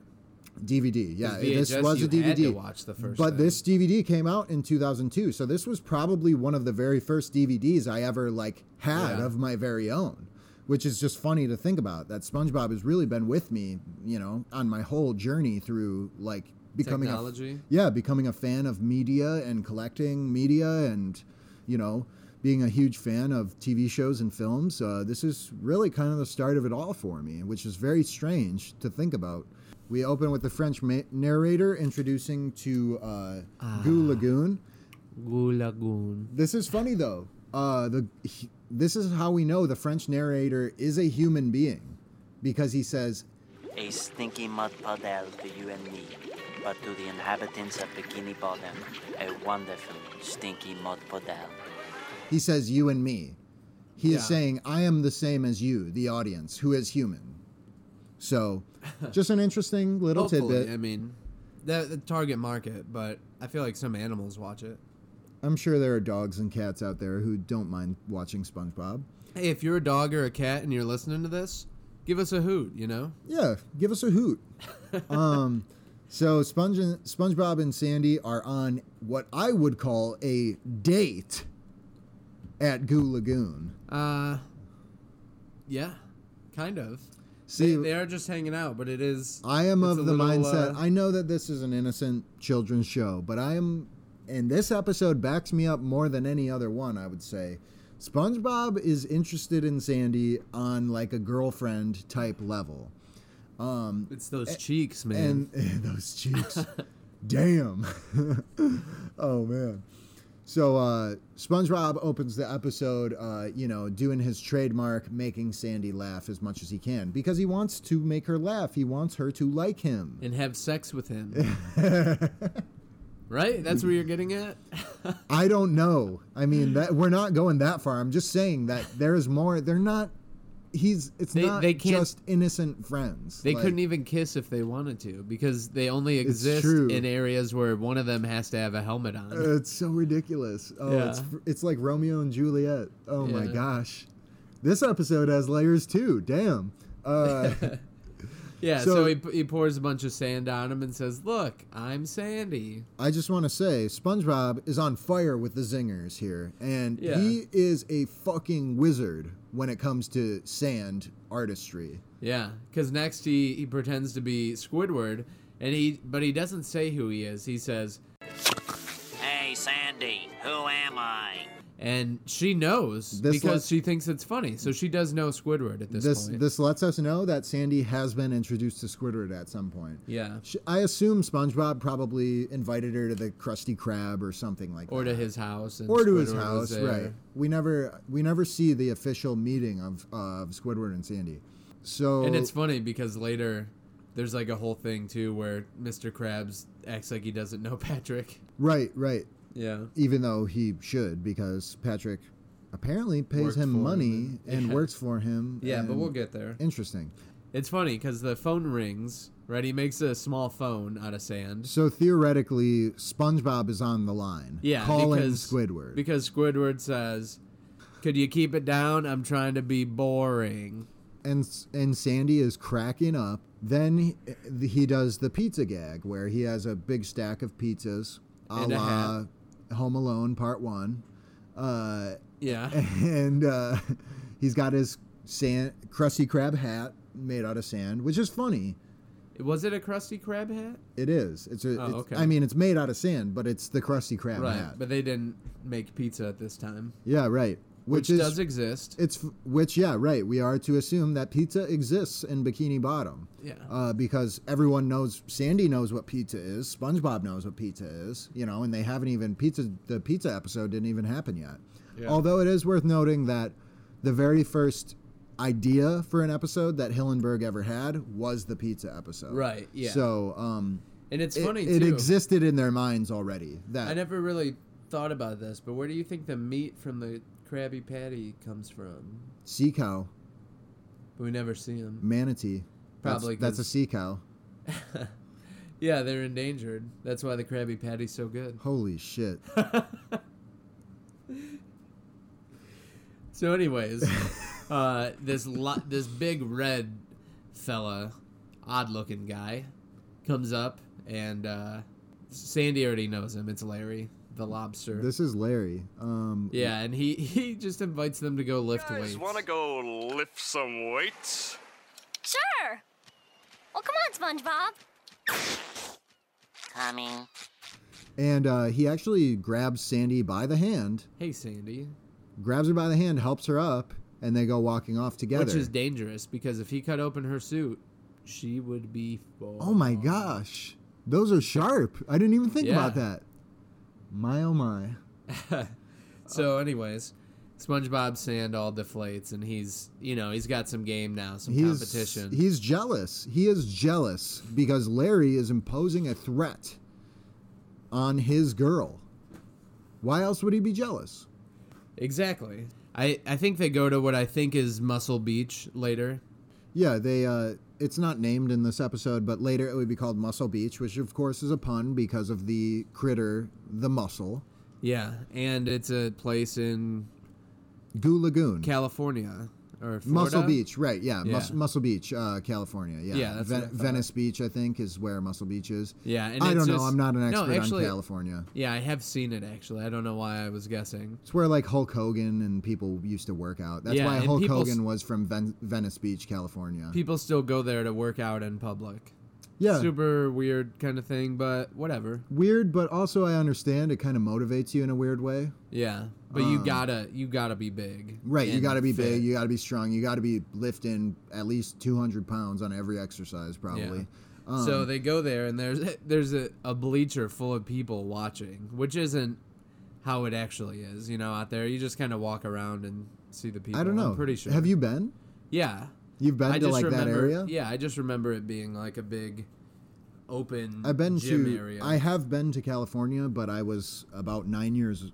S2: DVD. Yeah,
S1: VHS,
S2: this was
S1: you
S2: a DVD.
S1: had to watch the first
S2: but
S1: thing.
S2: this DVD came out in 2002, so this was probably one of the very first DVDs I ever like had
S1: Yeah.
S2: of my very own, which is just funny to think about. That SpongeBob has really been with me, you know, on my whole journey through like becoming A,
S1: Technology?
S2: yeah, becoming a fan of media and collecting media and you know, being a huge fan of TV shows and films, uh, this is really kind of the start of it all for me, which is very strange to think about. We open with the French ma- narrator introducing to uh, Goo Lagoon.
S1: Goo Lagoon.
S2: This is funny though. Uh, the he, this is how we know the French narrator is a human being, because he says
S6: A stinky mud puddle to you and me, but to the inhabitants of Bikini Bottom, a wonderful stinky mud puddle.
S2: he says you and me. He
S1: Yeah.
S2: is saying I am the same as you, the audience, who is human. So, just an interesting little tidbit.
S1: Hopefully, I mean, the, the target market, but I feel like some animals watch it.
S2: I'm sure there are dogs and cats out there who don't mind watching SpongeBob.
S1: Hey, if you're a dog or a cat and you're listening to this, give us a hoot, you know?
S2: Yeah, give us a hoot. um, so Sponge and, SpongeBob and Sandy are on what I would call a date at Goo Lagoon.
S1: Uh, yeah, kind of.
S2: See,
S1: They are just hanging out, but it is.
S2: I am
S1: it's
S2: of
S1: a
S2: the
S1: little,
S2: mindset.
S1: uh,
S2: I know that this is an innocent children's show, but I am, and this episode backs me up more than any other one. I would say, SpongeBob is interested in Sandy on like a girlfriend type level.
S1: it's those cheeks, man.
S2: and those cheeks. Damn. oh man. So uh, SpongeBob opens the episode, uh, you know, doing his trademark, making Sandy laugh as much as he can because he wants to make her laugh. He wants her to like him.
S1: and have sex with him. right? That's where you're getting at?
S2: I don't know. I mean, that we're not going that far. I'm just saying that there is more. They're not. He's. It's
S1: They-
S2: not
S1: they can't-
S2: just innocent friends.
S1: They
S2: Like,
S1: couldn't even kiss if they wanted to because they only exist
S2: true.
S1: in areas where one of them has to have a helmet on.
S2: Uh, it's so ridiculous. Oh, it's
S1: Yeah.
S2: it's like Romeo and Juliet. Oh my
S1: Yeah.
S2: gosh, this episode has layers too. Damn. Uh,
S1: yeah,
S2: so-
S1: so, he, he pours a bunch of sand on him and says, Look, I'm Sandy.
S2: I just want to say SpongeBob is on fire with the zingers here, and
S1: Yeah.
S2: he is a fucking wizard when it comes to sand artistry.
S1: Yeah, because next he, he pretends to be Squidward, and he but he doesn't say who he is. He says,
S5: Hey, Sandy, who am I?
S1: and she knows
S2: This
S1: because
S2: lets-
S1: she thinks it's funny, so she does know Squidward at this,
S2: This
S1: point.
S2: this lets us know that Sandy has been introduced to Squidward at some point.
S1: yeah,
S2: Sh- I assume SpongeBob probably invited her to the Krusty Krab or something like
S1: or
S2: that.
S1: to his house, and
S2: or to his
S1: Squidward was
S2: house,
S1: there.
S2: right? We never we never see the official meeting of of Squidward and Sandy. So
S1: And it's funny because later there's like a whole thing too where Mr. Krabs acts like he doesn't know Patrick.
S2: right, right.
S1: Yeah.
S2: Even though he should, because Patrick apparently pays
S1: Works for
S2: him
S1: him
S2: money
S1: and-
S2: and
S1: yeah.
S2: works for him.
S1: Yeah, but
S2: and-
S1: we'll get there.
S2: Interesting.
S1: It's funny because the phone rings, right? He makes a small phone out of sand.
S2: So theoretically, SpongeBob is on the line.
S1: Yeah,
S2: calling
S1: because
S2: Squidward.
S1: Because Squidward says, "Could you keep it down? I'm trying to be boring."
S2: and and Sandy is cracking up. Then he, he does the pizza gag where he has a big stack of pizzas, a
S1: And a
S2: la
S1: hat.
S2: Home Alone Part One, uh,
S1: Yeah.
S2: and uh, he's got his sand Krusty Krab hat made out of sand, which is funny.
S1: Was it a Krusty Krab hat?
S2: It is. It's a.
S1: Oh,
S2: it's-
S1: okay.
S2: I mean, it's made out of sand, but it's the Krusty Krab
S1: Right,
S2: hat.
S1: but they didn't make pizza at this time,
S2: yeah, right.
S1: which,
S2: Which, is
S1: does exist.
S2: It's which, yeah, right. We are to assume that pizza exists in Bikini Bottom.
S1: Yeah.
S2: Uh, because everyone knows, Sandy knows what pizza is. SpongeBob knows what pizza is. You know, and they haven't even pizza. The pizza episode didn't even happen yet.
S1: Yeah.
S2: Although it is worth noting that the very first idea for an episode that Hillenberg ever had was the pizza episode.
S1: Right, yeah.
S2: So um,
S1: And it's
S2: it,
S1: funny
S2: it
S1: too.
S2: existed in their minds already. That
S1: I never really thought about this, but where do you think the meat from the Krabby Patty comes from?
S2: sea cow,
S1: But we never see them.
S2: manatee. That's-
S1: Probably
S2: that's,
S1: 'cause-
S2: a sea cow.
S1: Yeah, they're endangered. That's why the Krabby Patty's so good.
S2: Holy shit!
S1: So, anyways, uh, this lo- this big red fella, odd looking guy, comes up and uh, Sandy already knows him. It's Larry, the lobster.
S2: this is Larry. Um,
S1: yeah, and he he just invites them to go lift
S4: Guys,
S1: weights.
S4: wanna go lift some weights?
S7: Sure. Well, come on, SpongeBob.
S5: Coming.
S2: And uh, he actually grabs Sandy by the hand,
S1: hey, Sandy,
S2: grabs her by the hand, helps her up, and they go walking off together.
S1: which is dangerous because if he cut open her suit, she would be. Full.
S2: oh my gosh, those are sharp. I didn't even think
S1: Yeah.
S2: about that. My oh my.
S1: So, anyways, SpongeBob sand all deflates, and he's you know he's got some game now, some
S2: He's,
S1: competition.
S2: He's jealous. He is jealous because Larry is imposing a threat on his girl. Why else would he be jealous?
S1: exactly. I I think they go to what I think is Muscle Beach later.
S2: Yeah, they. Uh, it's not named in this episode, but later it would be called Muscle Beach, which of course is a pun because of the critter, the mussel,
S1: Yeah, and it's a place in
S2: Goo Lagoon,
S1: California or Florida?
S2: Muscle Beach, right? Yeah, Mus-
S1: Yeah.
S2: Muscle Beach, uh, California. Yeah,
S1: Yeah, that's what I thought.
S2: Venice Beach, I think, is where Muscle Beach is.
S1: Yeah, and
S2: I
S1: it's
S2: don't know.
S1: just-
S2: I'm not an
S1: No,
S2: expert
S1: actually-
S2: on California.
S1: Yeah, I have seen it actually. I don't know why I was guessing.
S2: It's where like Hulk Hogan and people used to work out. That's
S1: Yeah,
S2: why
S1: and
S2: Hulk
S1: people s-
S2: Hogan was from Ven- Venice Beach, California.
S1: People still go there to work out in public.
S2: yeah,
S1: Super weird kind of thing, but whatever.
S2: weird, but also I understand it kind of motivates you in a weird way.
S1: Yeah, but you gotta you gotta be big.
S2: Um, Right, you
S1: and
S2: got to be
S1: fit.
S2: big, you got to be strong, you got to be lifting at least 200 pounds on every exercise, probably. Um,
S1: so they go there, and there's there's a, a bleacher full of people watching, which isn't how it actually is. You know, out there you just kind of walk around and see the people.
S2: I don't know.
S1: I'm pretty sure.
S2: Have you been?
S1: Yeah.
S2: You've been
S1: I
S2: to
S1: just
S2: like
S1: remember.
S2: that area?
S1: Yeah, I just remember it being like a big open.
S2: I've been
S1: gym
S2: to.
S1: area.
S2: I have been to California, but I was about nine years.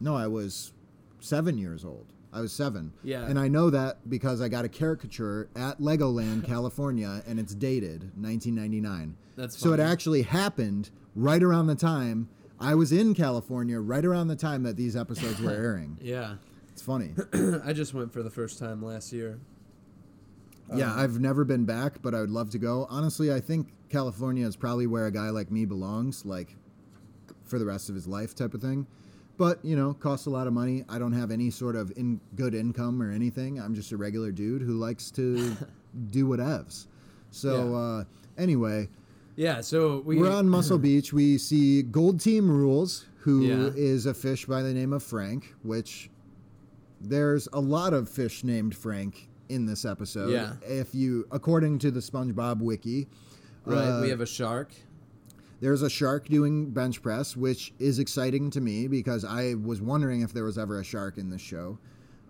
S2: No, I was seven years old. I was seven.
S1: Yeah.
S2: And I know that because I got a caricature at Legoland, California, and it's dated 1999.
S1: That's
S2: so. It
S1: funny.
S2: actually happened right around the time I was in California. Right around the time that these episodes were airing.
S1: yeah,
S2: It's funny.
S1: I just went for the first time last year.
S2: yeah, I've never been back, but I would love to go. Honestly, I think California is probably where a guy like me belongs, like for the rest of his life type of thing. But, you know, costs a lot of money. I don't have any sort of in good income or anything. I'm just a regular dude who likes to do whatevs. So,
S1: Yeah.
S2: uh, anyway,
S1: Yeah, so we
S2: we're on Muscle Beach. We see Gold Team Rules, who is
S1: Yeah.
S2: a fish by the name of Frank, which there's a lot of fish named Frank in this episode.
S1: Yeah.
S2: If you, according to the SpongeBob wiki,
S1: right.
S2: uh,
S1: we have a shark.
S2: there's a shark doing bench press, which is exciting to me because I was wondering if there was ever a shark in this show.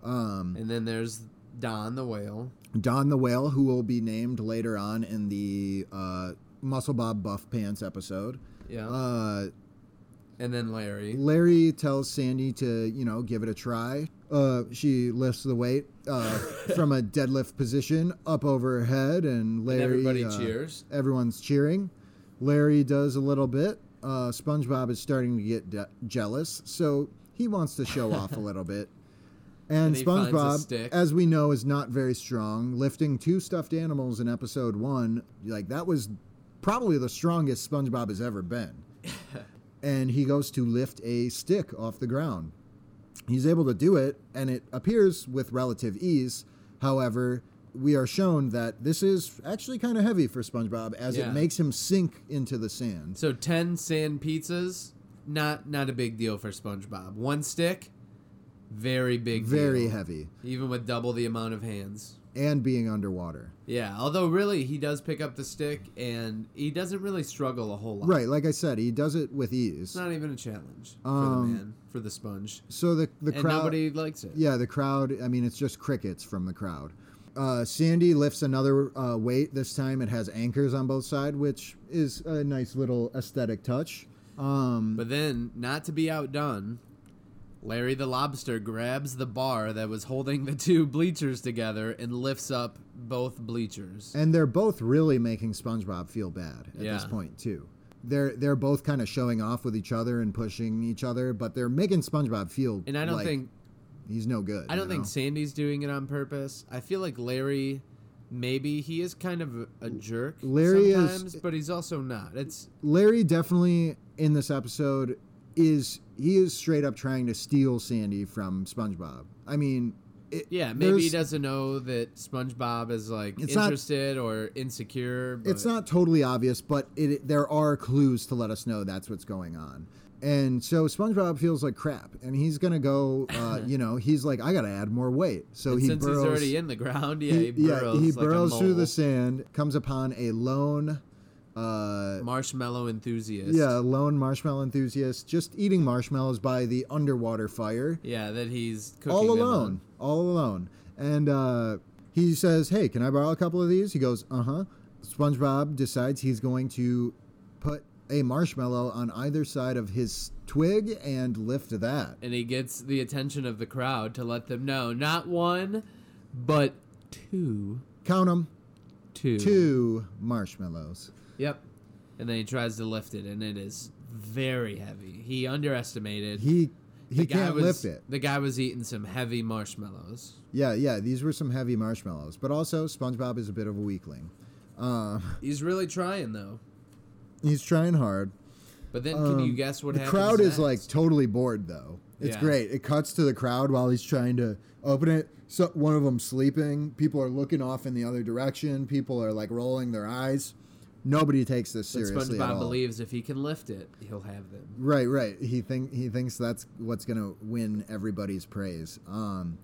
S1: And then there's Don the whale.
S2: Don the whale, who will be named later on in the uh, Muscle Bob Buff Pants episode.
S1: Yeah.
S2: Uh,
S1: and then Larry.
S2: Larry tells Sandy to, you know, give it a try. Uh, she lifts the weight uh, from a deadlift position up over her head, and Larry.
S1: everybody
S2: uh,
S1: cheers.
S2: Everyone's cheering. Larry does a little bit. Uh, SpongeBob is starting to get de- jealous, so he wants to show off a little bit. And,
S1: And he finds a
S2: SpongeBob,
S1: stick.
S2: as we know, is not very strong. Lifting two stuffed animals in episode one, like that was probably the strongest SpongeBob has ever been and he goes to lift a stick off the ground. He's able to do it, and it appears with relative ease. However, we are shown that this is actually kind of heavy for SpongeBob as
S1: Yeah.
S2: it makes him sink into the sand.
S1: So ten sand pizzas, not not a big deal for SpongeBob. One stick, very big,
S2: Very
S1: deal,
S2: heavy,
S1: even with double the amount of hands.
S2: and being underwater.
S1: Yeah, although really he does pick up the stick and he doesn't really struggle a whole lot.
S2: Right, like I said, he does it with ease.
S1: It's not even a challenge for the
S2: Um,
S1: man, for the sponge.
S2: So the the
S1: And
S2: crowd.
S1: nobody likes it.
S2: Yeah, the crowd. I mean, it's just crickets from the crowd. Uh, Sandy lifts another uh, weight. This time it has anchors on both sides, which is a nice little aesthetic touch. Um,
S1: But then, not to be outdone, Larry the Lobster grabs the bar that was holding the two bleachers together and lifts up both bleachers.
S2: and they're both really making SpongeBob feel bad at this
S1: Yeah.
S2: point too. They're they're both kind of showing off with each other and pushing each other, but they're making SpongeBob feel.
S1: And I don't
S2: like
S1: think
S2: he's no good.
S1: I don't
S2: you
S1: think
S2: know?
S1: Sandy's doing it on purpose. I feel like Larry maybe he is kind of a jerk
S2: Larry is-
S1: sometimes, but he's also not. It's
S2: Larry definitely in this episode is he is straight up trying to steal Sandy from SpongeBob. I mean, it,
S1: yeah, maybe he
S2: there's-
S1: doesn't know that SpongeBob is like
S2: It's not-
S1: interested or insecure. But
S2: It's not totally obvious, but it, there are clues to let us know that's what's going on. And so SpongeBob feels like crap, and he's gonna go. Uh, you know, he's like, I gotta add more weight. So he
S1: since
S2: burrows.
S1: he's already in the ground. Yeah, he,
S2: he-
S1: burrows,
S2: he
S1: like a
S2: burrows through the
S1: mole.
S2: sand, comes upon a lone, uh,
S1: marshmallow enthusiast.
S2: yeah, lone marshmallow enthusiast just eating marshmallows by the underwater fire.
S1: Yeah, that he's cooking
S2: all
S1: them
S2: alone, all alone. And uh, he says, "Hey, can I borrow a couple of these?" He goes, "Uh huh." SpongeBob decides he's going to put a marshmallow on either side of his twig and lift that.
S1: and he gets the attention of the crowd to let them know not one, but two,
S2: Count them,
S1: two,
S2: two marshmallows.
S1: Yep. And then he tries to lift it, and it is very heavy. He underestimated.
S2: He
S1: the
S2: he
S1: guy
S2: can't
S1: was-
S2: lift it.
S1: The guy was eating some heavy marshmallows.
S2: Yeah, yeah. These were some heavy marshmallows, but also SpongeBob is a bit of a weakling. Uh,
S1: He's really trying though.
S2: he's trying hard.
S1: But then, can you
S2: Um,
S1: guess what
S2: the
S1: happens
S2: crowd is
S1: next?
S2: like totally bored though it's
S1: Yeah.
S2: great it cuts to the crowd while he's trying to open it so one of them sleeping people are looking off in the other direction people are like rolling their eyes nobody takes this
S1: But
S2: seriously at
S1: SpongeBob
S2: all.
S1: believes if he can lift it, he'll have them.
S2: right right he think he thinks that's what's gonna win everybody's praise um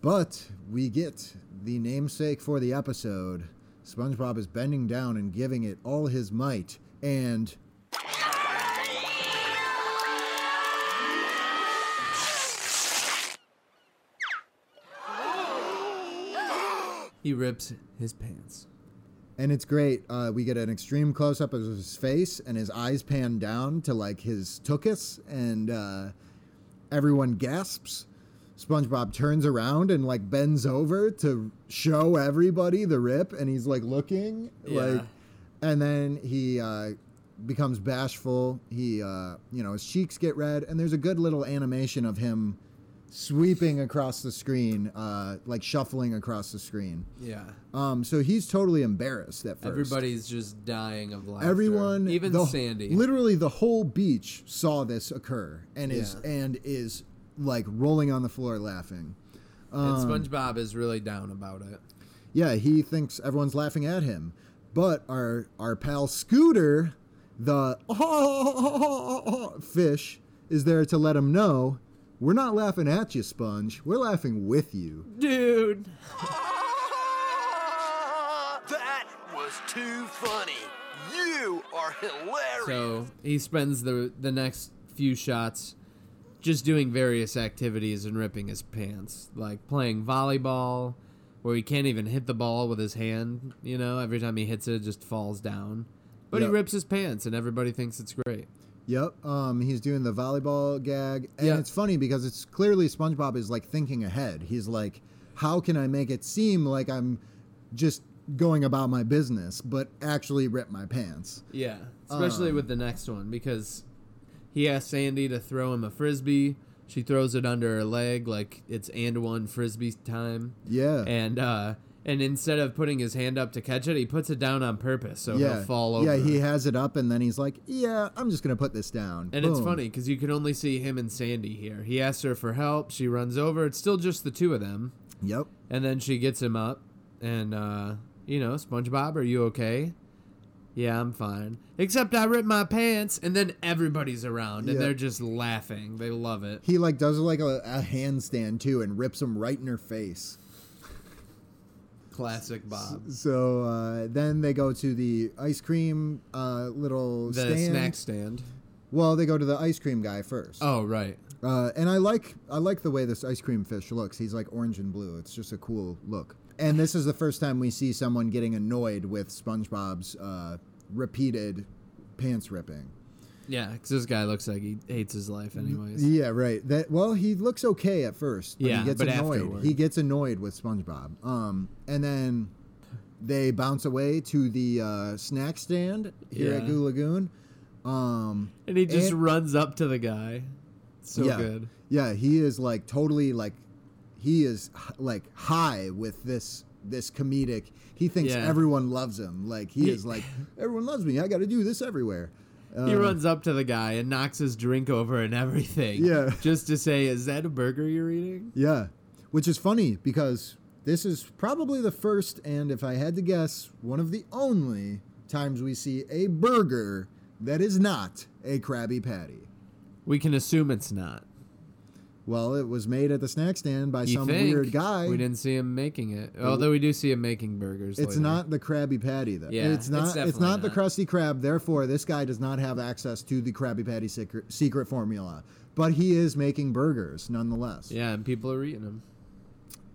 S2: but we get the namesake for the episode spongebob is bending down and giving it all his might and
S1: He rips his pants.
S2: And it's great. Uh, we get an extreme close up of his face, and his eyes pan down to like his tuchus, and uh, everyone gasps. SpongeBob turns around and like bends over to show everybody the rip, and he's like looking, like,
S1: Yeah.
S2: and then he uh, becomes bashful. He, uh, you know, his cheeks get red, and there's a good little animation of him sweeping across the screen, uh, like shuffling across the screen.
S1: Yeah.
S2: Um, so he's totally embarrassed at first.
S1: Everybody's just dying of laughter.
S2: everyone,
S1: even
S2: the-
S1: Sandy.
S2: Literally, the whole beach saw this occur and is
S1: Yeah.
S2: and is like rolling on the floor laughing.
S1: and SpongeBob is really down about it.
S2: Yeah, he thinks everyone's laughing at him, but our our pal Scooter, the fish, is there to let him know we're not laughing at you, Sponge. We're laughing with you.
S1: Dude.
S8: That was too funny. You are hilarious.
S1: So he spends the the next few shots just doing various activities and ripping his pants, like playing volleyball, where he can't even hit the ball with his hand. You know, every time he hits it, it just falls down. But
S2: Yeah.
S1: he rips his pants, and everybody thinks it's great.
S2: Yep. Um, he's doing the volleyball gag, and
S1: Yeah.
S2: it's funny because it's clearly SpongeBob is like thinking ahead. He's like, "How can I make it seem like I'm just going about my business, but actually rip my pants?"
S1: Yeah, Um, especially with the next one because he asks Sandy to throw him a frisbee. She throws it under her leg like it's and one frisbee time.
S2: Yeah.
S1: and uh, and instead of putting his hand up to catch it, he puts it down on purpose so
S2: yeah.
S1: he'll fall over.
S2: Yeah. He has it up, and then he's like, "Yeah, I'm just gonna put this down."
S1: and it's
S2: Boom.
S1: funny because you can only see him and Sandy here. He asks her for help. She runs over. It's still just the two of them,
S2: Yep.
S1: and then she gets him up. And uh, you know, SpongeBob, are you okay? Yeah, I'm fine. Except I ripped my pants, and then everybody's around, and
S2: Yeah.
S1: they're just laughing. They love it.
S2: He like does like a, a handstand too, and rips him right in her face.
S1: Classic Bob.
S2: So uh, then they go to the ice cream uh, little
S1: The
S2: stand.
S1: snack stand.
S2: Well, they go to the ice cream guy first.
S1: Oh right.
S2: Uh, and I like I like the way this ice cream fish looks. He's like orange and blue. It's just a cool look. And this is the first time we see someone getting annoyed with SpongeBob's uh, repeated pants ripping.
S1: Yeah, because this guy looks like he hates his
S2: Mm-hmm.
S1: life, anyways.
S2: Yeah, right. That well, he looks okay at first, but
S1: Yeah,
S2: he gets
S1: but
S2: annoyed.
S1: afterward.
S2: He gets annoyed with SpongeBob. Um, and then they bounce away to the uh, snack stand here at
S1: Yeah.
S2: Goo Lagoon. Um,
S1: And he just
S2: And-
S1: runs up to the guy. So
S2: yeah,
S1: good.
S2: yeah, he is like totally like he is h- like high with this this comedic. He thinks
S1: Yeah.
S2: everyone loves him. Like he
S1: He-
S2: is like everyone loves me. I got to do this everywhere.
S1: He
S2: Uh,
S1: runs up to the guy and knocks his drink over and everything.
S2: Yeah.
S1: Just to say, is that a burger you're eating?
S2: Yeah, which is funny because this is probably the first, and if I had to guess, one of the only times we see a burger that is not a Krabby Patty.
S1: We can assume it's not.
S2: Well, it was made at the snack stand by
S1: You
S2: some
S1: think?
S2: weird guy.
S1: We didn't see him making it. Although we do see him making burgers.
S2: it's
S1: later.
S2: not the Krabby Patty though.
S1: Yeah,
S2: it's not.
S1: it's
S2: It's,
S1: definitely
S2: not, the
S1: not.
S2: Krusty Krab. Therefore, this guy does not have access to the Krabby Patty secret, secret formula. But he is making burgers nonetheless.
S1: Yeah, and people are eating them.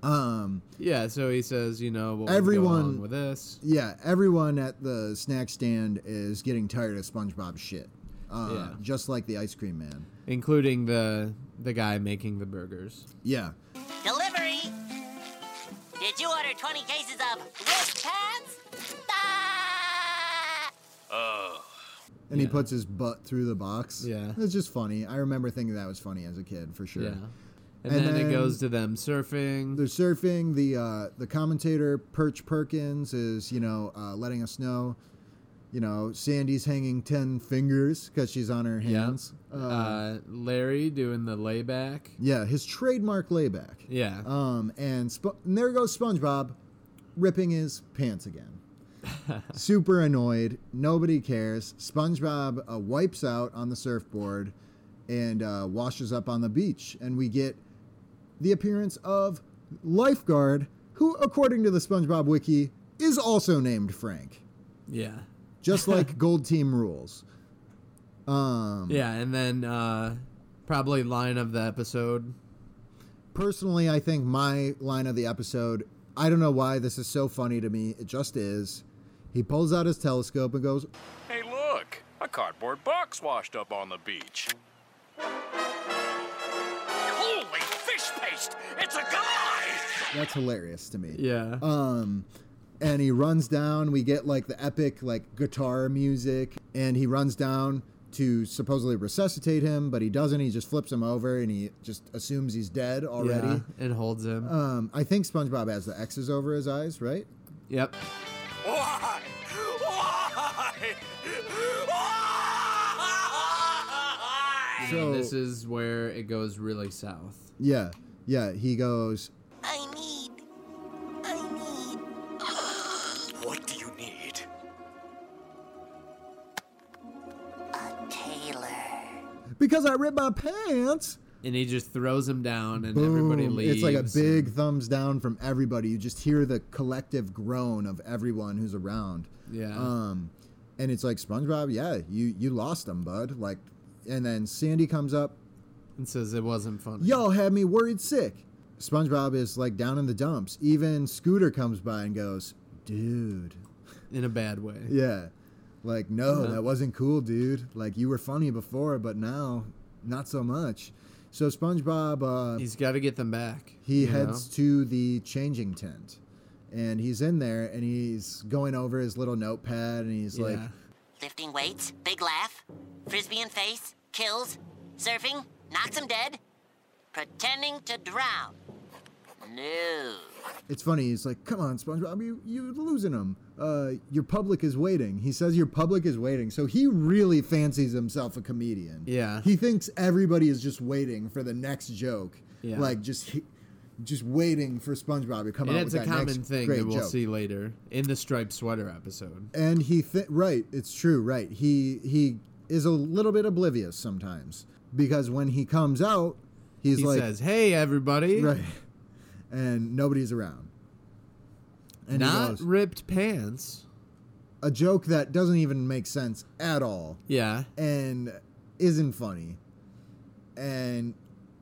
S2: Um.
S1: Yeah, so he says, you know, what would go
S2: Everyone-
S1: along with this.
S2: yeah, everyone at the snack stand is getting tired of SpongeBob shit. Uh,
S1: Yeah.
S2: Just like the ice cream man.
S1: including the the guy making the burgers.
S2: Yeah.
S5: Delivery! Did you order 20 cases of wrist pads? Ah!
S4: Uh,
S2: And he puts his butt through the box.
S1: Yeah.
S2: It's just funny. I remember thinking that was funny as a kid, for sure.
S1: Yeah. And,
S2: And
S1: then,
S2: then-
S1: it goes to them surfing.
S2: They're surfing. The uh, the commentator, Perch Perkins, is, you know, uh, letting us know, you know, Sandy's hanging 10 fingers because she's on her
S1: yeah.
S2: hands.
S1: Uh,
S2: Uh,
S1: Larry doing the layback.
S2: yeah, his trademark layback.
S1: Yeah.
S2: Um, and, Spo- and there goes SpongeBob ripping his pants again. Super annoyed. Nobody cares. SpongeBob uh, wipes out on the surfboard and uh, washes up on the beach. And we get the appearance of Lifeguard, who, according to the SpongeBob Wiki, is also named Frank,
S1: yeah.
S2: just like Gold Team rules. Um,
S1: Yeah, and then uh probably line of the episode.
S2: personally, I think my line of the episode, I don't know why this is so funny to me. It just is. He pulls out his telescope and goes,
S4: Hey, look, a cardboard box washed up on the beach.
S3: Holy fish paste! It's a guy!
S2: That's hilarious to me.
S1: Yeah.
S2: Um, and he runs down. We get like the epic, like guitar music, and he runs down to supposedly resuscitate him, but he doesn't. He just flips him over and he just assumes he's dead already.
S1: Yeah, and holds him.
S2: Um, I think SpongeBob has the X's over his eyes, right?
S1: yep.
S8: Why? Why? Why?
S2: So-
S1: and this is where it goes really south.
S2: Yeah, yeah. He goes,
S5: I need. I need.
S8: What do you need?
S5: a Taylor.
S2: because I ripped my pants.
S1: And he just throws him down and everybody
S2: Boom.
S1: leaves.
S2: It's like a big thumbs down from everybody. You just hear the collective groan of everyone who's around.
S1: Yeah.
S2: Um, and it's like SpongeBob, yeah, you you lost him, bud. Like, and then Sandy comes up.
S1: and says it wasn't funny.
S2: Y'all had me worried sick. SpongeBob is like down in the dumps. Even Scooter comes by and goes, dude.
S1: In a bad way.
S2: Yeah. Like, no,
S1: Yeah.
S2: that wasn't cool, dude. Like, you were funny before, but now, not so much. So SpongeBob, uh,
S1: He's gotta get them back.
S2: he
S1: you
S2: heads
S1: know?
S2: to the changing tent and he's in there and he's going over his little notepad and he's like
S1: Yeah.
S5: Lifting weights, big laugh, frisbee in face, kills, surfing, knocks him dead, pretending to drown. No.
S2: it's funny he's like come on spongebob you, you're losing him uh, your public is waiting he says your public is waiting so he really fancies himself a comedian
S1: Yeah.
S2: he thinks everybody is just waiting for the next joke
S1: Yeah.
S2: like just he, just waiting for spongebob to come
S1: And
S2: out
S1: it's a
S2: with that
S1: common
S2: next
S1: thing
S2: great
S1: that we'll
S2: joke.
S1: see later in the striped sweater episode.
S2: and he th- right it's true right he he is a little bit oblivious sometimes because when he comes out he's
S1: He
S2: like
S1: says, "Hey, everybody,
S2: right and nobody's around and he
S1: not
S2: goes,
S1: ripped pants."
S2: a joke that doesn't even make sense at all
S1: Yeah,
S2: and isn't funny and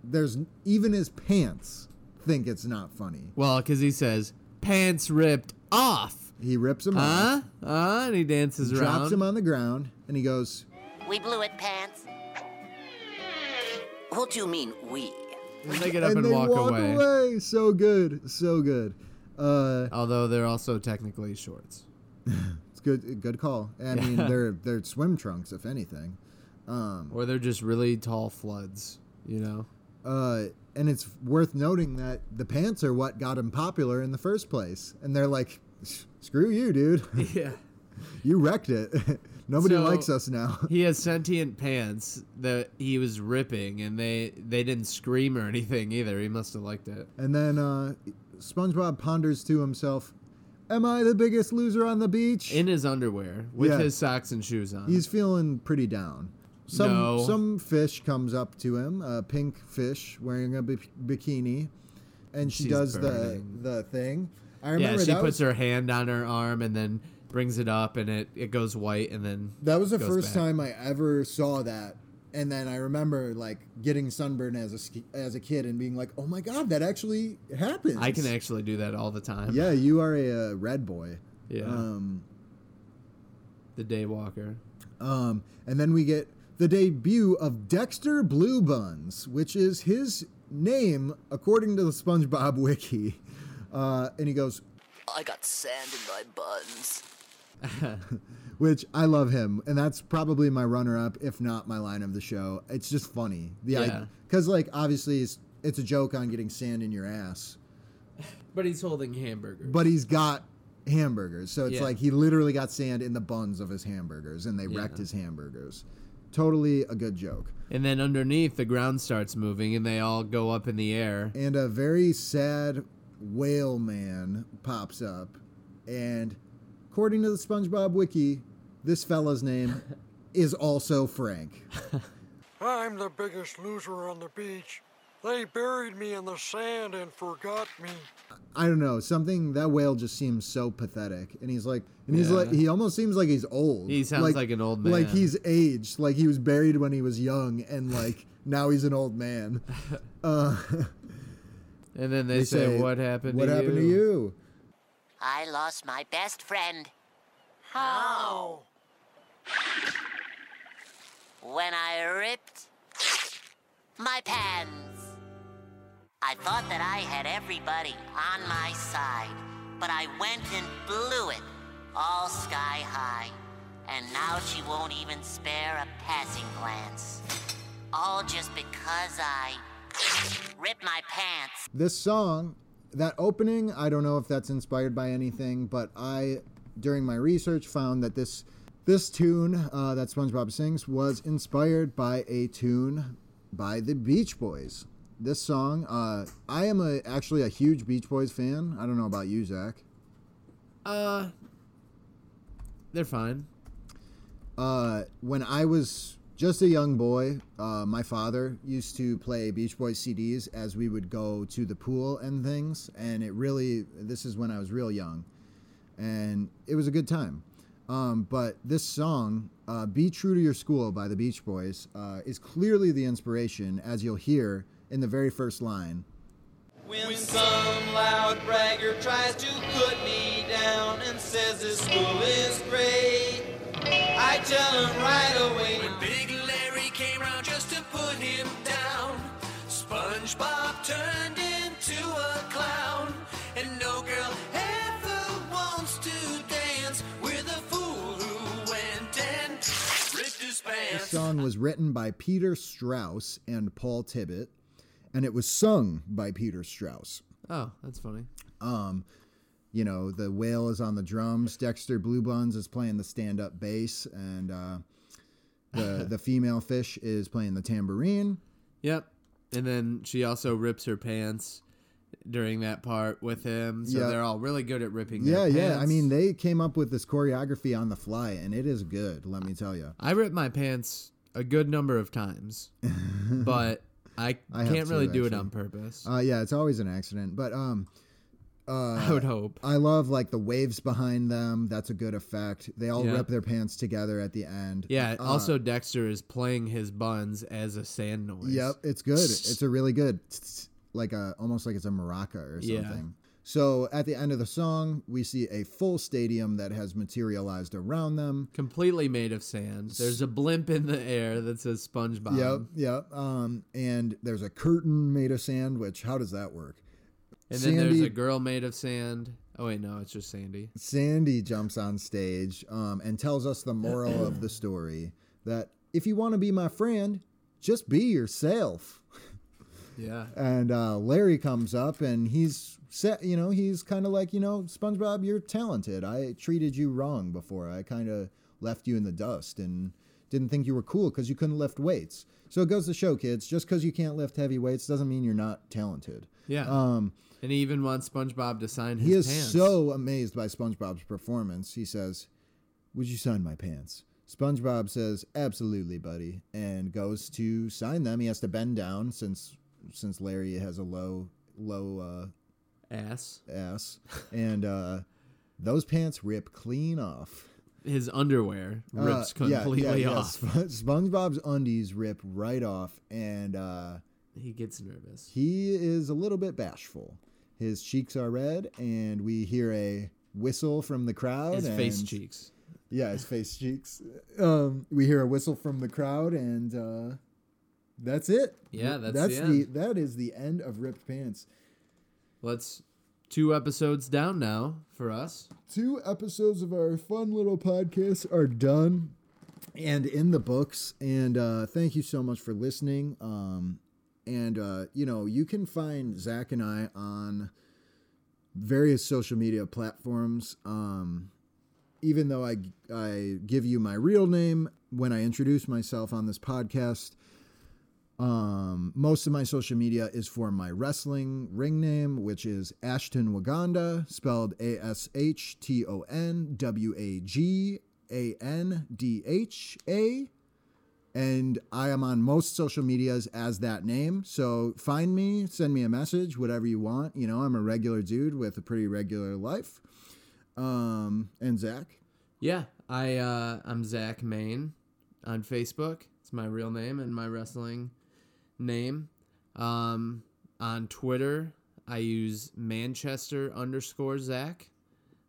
S2: there's even his pants think it's not funny
S1: well, because he says, pants ripped off.
S2: He rips him
S1: Huh?
S2: off,
S1: Uh, and he dances
S2: drops
S1: around.
S2: him on the ground, and he goes,
S5: We blew it, pants. What do you mean, we?
S1: and they get up and,
S2: they
S1: walk, away.
S2: So good, so good. Uh,
S1: Although they're also technically shorts.
S2: it's good, good call. I mean, they're they're swim trunks, if anything.
S1: Or they're just really tall floods, you know?
S2: Uh, and it's worth noting that the pants are what got him popular in the first place. And they're like, screw you, dude.
S1: Yeah.
S2: you wrecked it. Nobody
S1: So-
S2: likes us now.
S1: He has sentient pants that he was ripping, and they they didn't scream or anything either. He must have liked it.
S2: And then uh, SpongeBob ponders to himself, Am I the biggest loser on the beach?
S1: In his underwear, with
S2: Yeah.
S1: his socks and shoes on.
S2: He's feeling pretty down. Some
S1: No.
S2: some fish comes up to him, a pink fish wearing a bi- bikini, and she
S1: She's
S2: does
S1: burning.
S2: the the thing. I
S1: yeah,
S2: remember
S1: she
S2: that
S1: puts
S2: was,
S1: her hand on her arm and then brings it up, and it, it goes white, and then
S2: that was the
S1: goes
S2: first
S1: back.
S2: time I ever saw that. And then I remember like getting sunburned as a ski- as a kid and being like, "Oh my god, that actually happens."
S1: I can actually do that all the time.
S2: Yeah, you are a, uh red boy.
S1: Yeah.
S2: Um,
S1: The daywalker.
S2: Um, and then we get the debut of Dexter Blue Buns, which is his name according to the SpongeBob wiki. Uh, and he goes,
S5: I got sand in my buns.
S2: which I love him, and that's probably my runner-up, if not my line of the show. It's just funny,
S1: Yeah.
S2: because like obviously it's it's a joke on getting sand in your ass,
S1: But he's holding hamburgers.
S2: but he's got hamburgers, so it's
S1: Yeah.
S2: like he literally got sand in the buns of his hamburgers, and they wrecked his hamburgers. Totally a good joke.
S1: And then underneath, the ground starts moving, and they all go up in the air.
S2: and a very sad whale man pops up. And according to the SpongeBob wiki, this fella's name is also Frank.
S9: I'm the biggest loser on the beach. They buried me in the sand and forgot me.
S2: I don't know, something that whale just seems so pathetic. And he's like and he's like he almost seems like he's old.
S1: He sounds like an old
S2: Like
S1: man.
S2: he's aged, like he was buried when he was young and like now he's an old man.
S1: And then they, say, What happened
S2: What
S1: to
S2: happened
S1: you?
S2: to you?
S5: I lost my best friend.
S9: How?
S5: when I ripped my pants. I thought that I had everybody on my side, but I went and blew it all sky high. And now she won't even spare a passing glance. All just because I ripped my pants.
S2: this song that opening i don't know if that's inspired by anything but i during my research found that this this tune uh, that spongebob sings was inspired by a tune by the beach boys this song uh, i am a, actually a huge beach boys fan i don't know about you zach
S1: Uh, they're fine.
S2: uh, when I was just a young boy, uh, my father used to play Beach Boys CDs as we would go to the pool and things. And it really, this is when I was real young. And it was a good time. Um, but this song, uh, Be True to Your School by the Beach Boys, uh, is clearly the inspiration, as you'll hear in the very first line.
S10: When some loud bragger tries to put me down and says this school is great, I tell him right away.
S8: When Big Larry came round just to put him down, SpongeBob turned into a clown. And no girl ever wants to dance with a fool who went and ripped his
S2: This
S8: pants.
S2: song was written by Peter Strauss and Paul Tibbet, and it was sung by Peter Strauss.
S1: Oh, that's funny.
S2: you know, the whale is on the drums. Dexter Blue Buns is playing the stand up bass, and uh, the the female fish is playing the tambourine.
S1: Yep. And then she also rips her pants during that part with him. So
S2: Yeah.
S1: they're all really good at ripping. their
S2: Yeah, yeah. I
S1: pants.
S2: mean, they came up with this choreography on the fly, and it is good. Let me tell you.
S1: I rip my pants a good number of times, but I,
S2: I have
S1: can't really
S2: too,
S1: do it
S2: actually.
S1: on purpose.
S2: Uh, yeah, it's always an accident, but um,
S1: I would hope.
S2: I love like the waves behind them. That's a good effect. They all
S1: Yeah.
S2: rip their pants together at the end.
S1: Yeah. also, Dexter is playing his buns as a sand noise.
S2: Yep, it's good. It's a really good, like a almost like it's a maraca or
S1: Yeah.
S2: something. So at the end of the song, we see a full stadium that has materialized around them.
S1: Completely made of sand. There's a blimp in the air that says SpongeBob.
S2: Yep, yep. Um, and there's a curtain made of sand, which, how does that work?
S1: And then there's a girl made of sand. Oh wait, no, it's just Sandy.
S2: Sandy jumps on stage um, and tells us the moral of the story that if you want to be my friend, just be yourself.
S1: Yeah.
S2: And uh, Larry comes up and he's set, you know, he's kind of like, you know, SpongeBob, you're talented. I treated you wrong before. I kind of left you in the dust and didn't think you were cool because you couldn't lift weights. So it goes to show, kids, just because you can't lift heavy weights doesn't mean you're not talented.
S1: Yeah.
S2: Um,
S1: and he even wants SpongeBob to sign his
S2: he is
S1: pants.
S2: so amazed by SpongeBob's performance. He says, "Would you sign my pants?" SpongeBob says, "Absolutely, buddy," and goes to sign them. He has to bend down since since Larry has a low low
S1: ass
S2: uh, ass, and uh, those pants rip clean off.
S1: his underwear
S2: Uh,
S1: rips
S2: yeah, yeah,
S1: completely
S2: yeah.
S1: off.
S2: Spo- SpongeBob's undies rip right off, and uh,
S1: He gets nervous.
S2: he is a little bit bashful. His cheeks are red, and we hear a whistle from the crowd.
S1: His face
S2: and-
S1: cheeks.
S2: Yeah, his face cheeks. Um, we hear a whistle from the crowd, and uh, that's it.
S1: Yeah, that's the end.
S2: that is the end of Ripped Pants.
S1: Let's two episodes down now for us.
S2: Two episodes of our fun little podcast are done and in the books. And uh, thank you so much for listening. Um, and uh, you know, you can find Zach and I on various social media platforms. Um, even though I I give you my real name when I introduce myself on this podcast, um, most of my social media is for my wrestling ring name, which is Ashton Waganda, spelled A S H T O N W A G A N D H A. And I am on most social medias as that name. So find me, send me a message, whatever you want. You know, I'm a regular dude with a pretty regular life. Um, and Zach,
S1: Yeah, I uh, I'm Zach Main on Facebook. It's my real name and my wrestling name. Um, on Twitter, I use Manchester underscore Zach.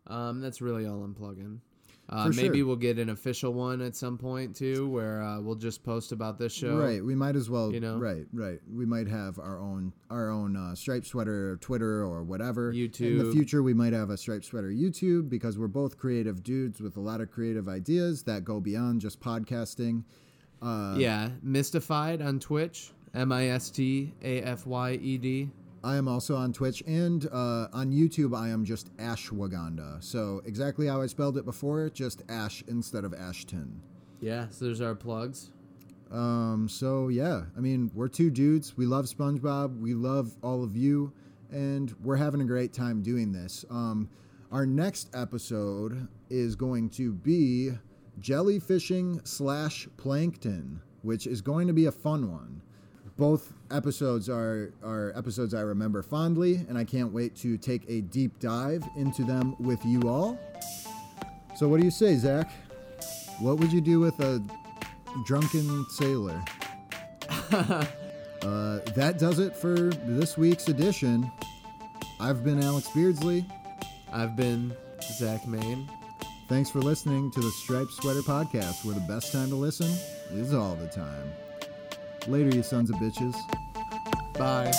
S1: Um, that's really all I'm plugging. Uh,
S2: For
S1: Maybe
S2: sure.
S1: we'll get an official one at some point too, where uh, we'll just post about this show.
S2: Right, we might as well.
S1: you know?
S2: right, right. We might have our own our own uh, striped sweater Twitter or whatever. In the
S1: YouTube.
S2: future, we might have a striped sweater YouTube because we're both creative dudes with a lot of creative ideas that go beyond just podcasting. Uh,
S1: yeah, Mystified on Twitch. M I S T A F Y E D.
S2: I am also on Twitch and uh, on YouTube. I am just Ashwagandha. So exactly how I spelled it before, just Ash instead of Ashton.
S1: Yeah, so there's our plugs.
S2: Um, so yeah, I mean, we're two dudes. We love SpongeBob. We love all of you, and we're having a great time doing this. Um, our next episode is going to be jellyfishing slash plankton, which is going to be a fun one. Both episodes are are episodes I remember fondly, and I can't wait to take a deep dive into them with you all. So, what do you say, Zach? What would you do with a drunken sailor. uh, that does it for this week's edition. I've been Alex Beardsley.
S1: I've been Zach Main.
S2: Thanks for listening to the Striped Sweater Podcast, where the best time to listen is all the time. Later, you sons of bitches.
S1: Bye.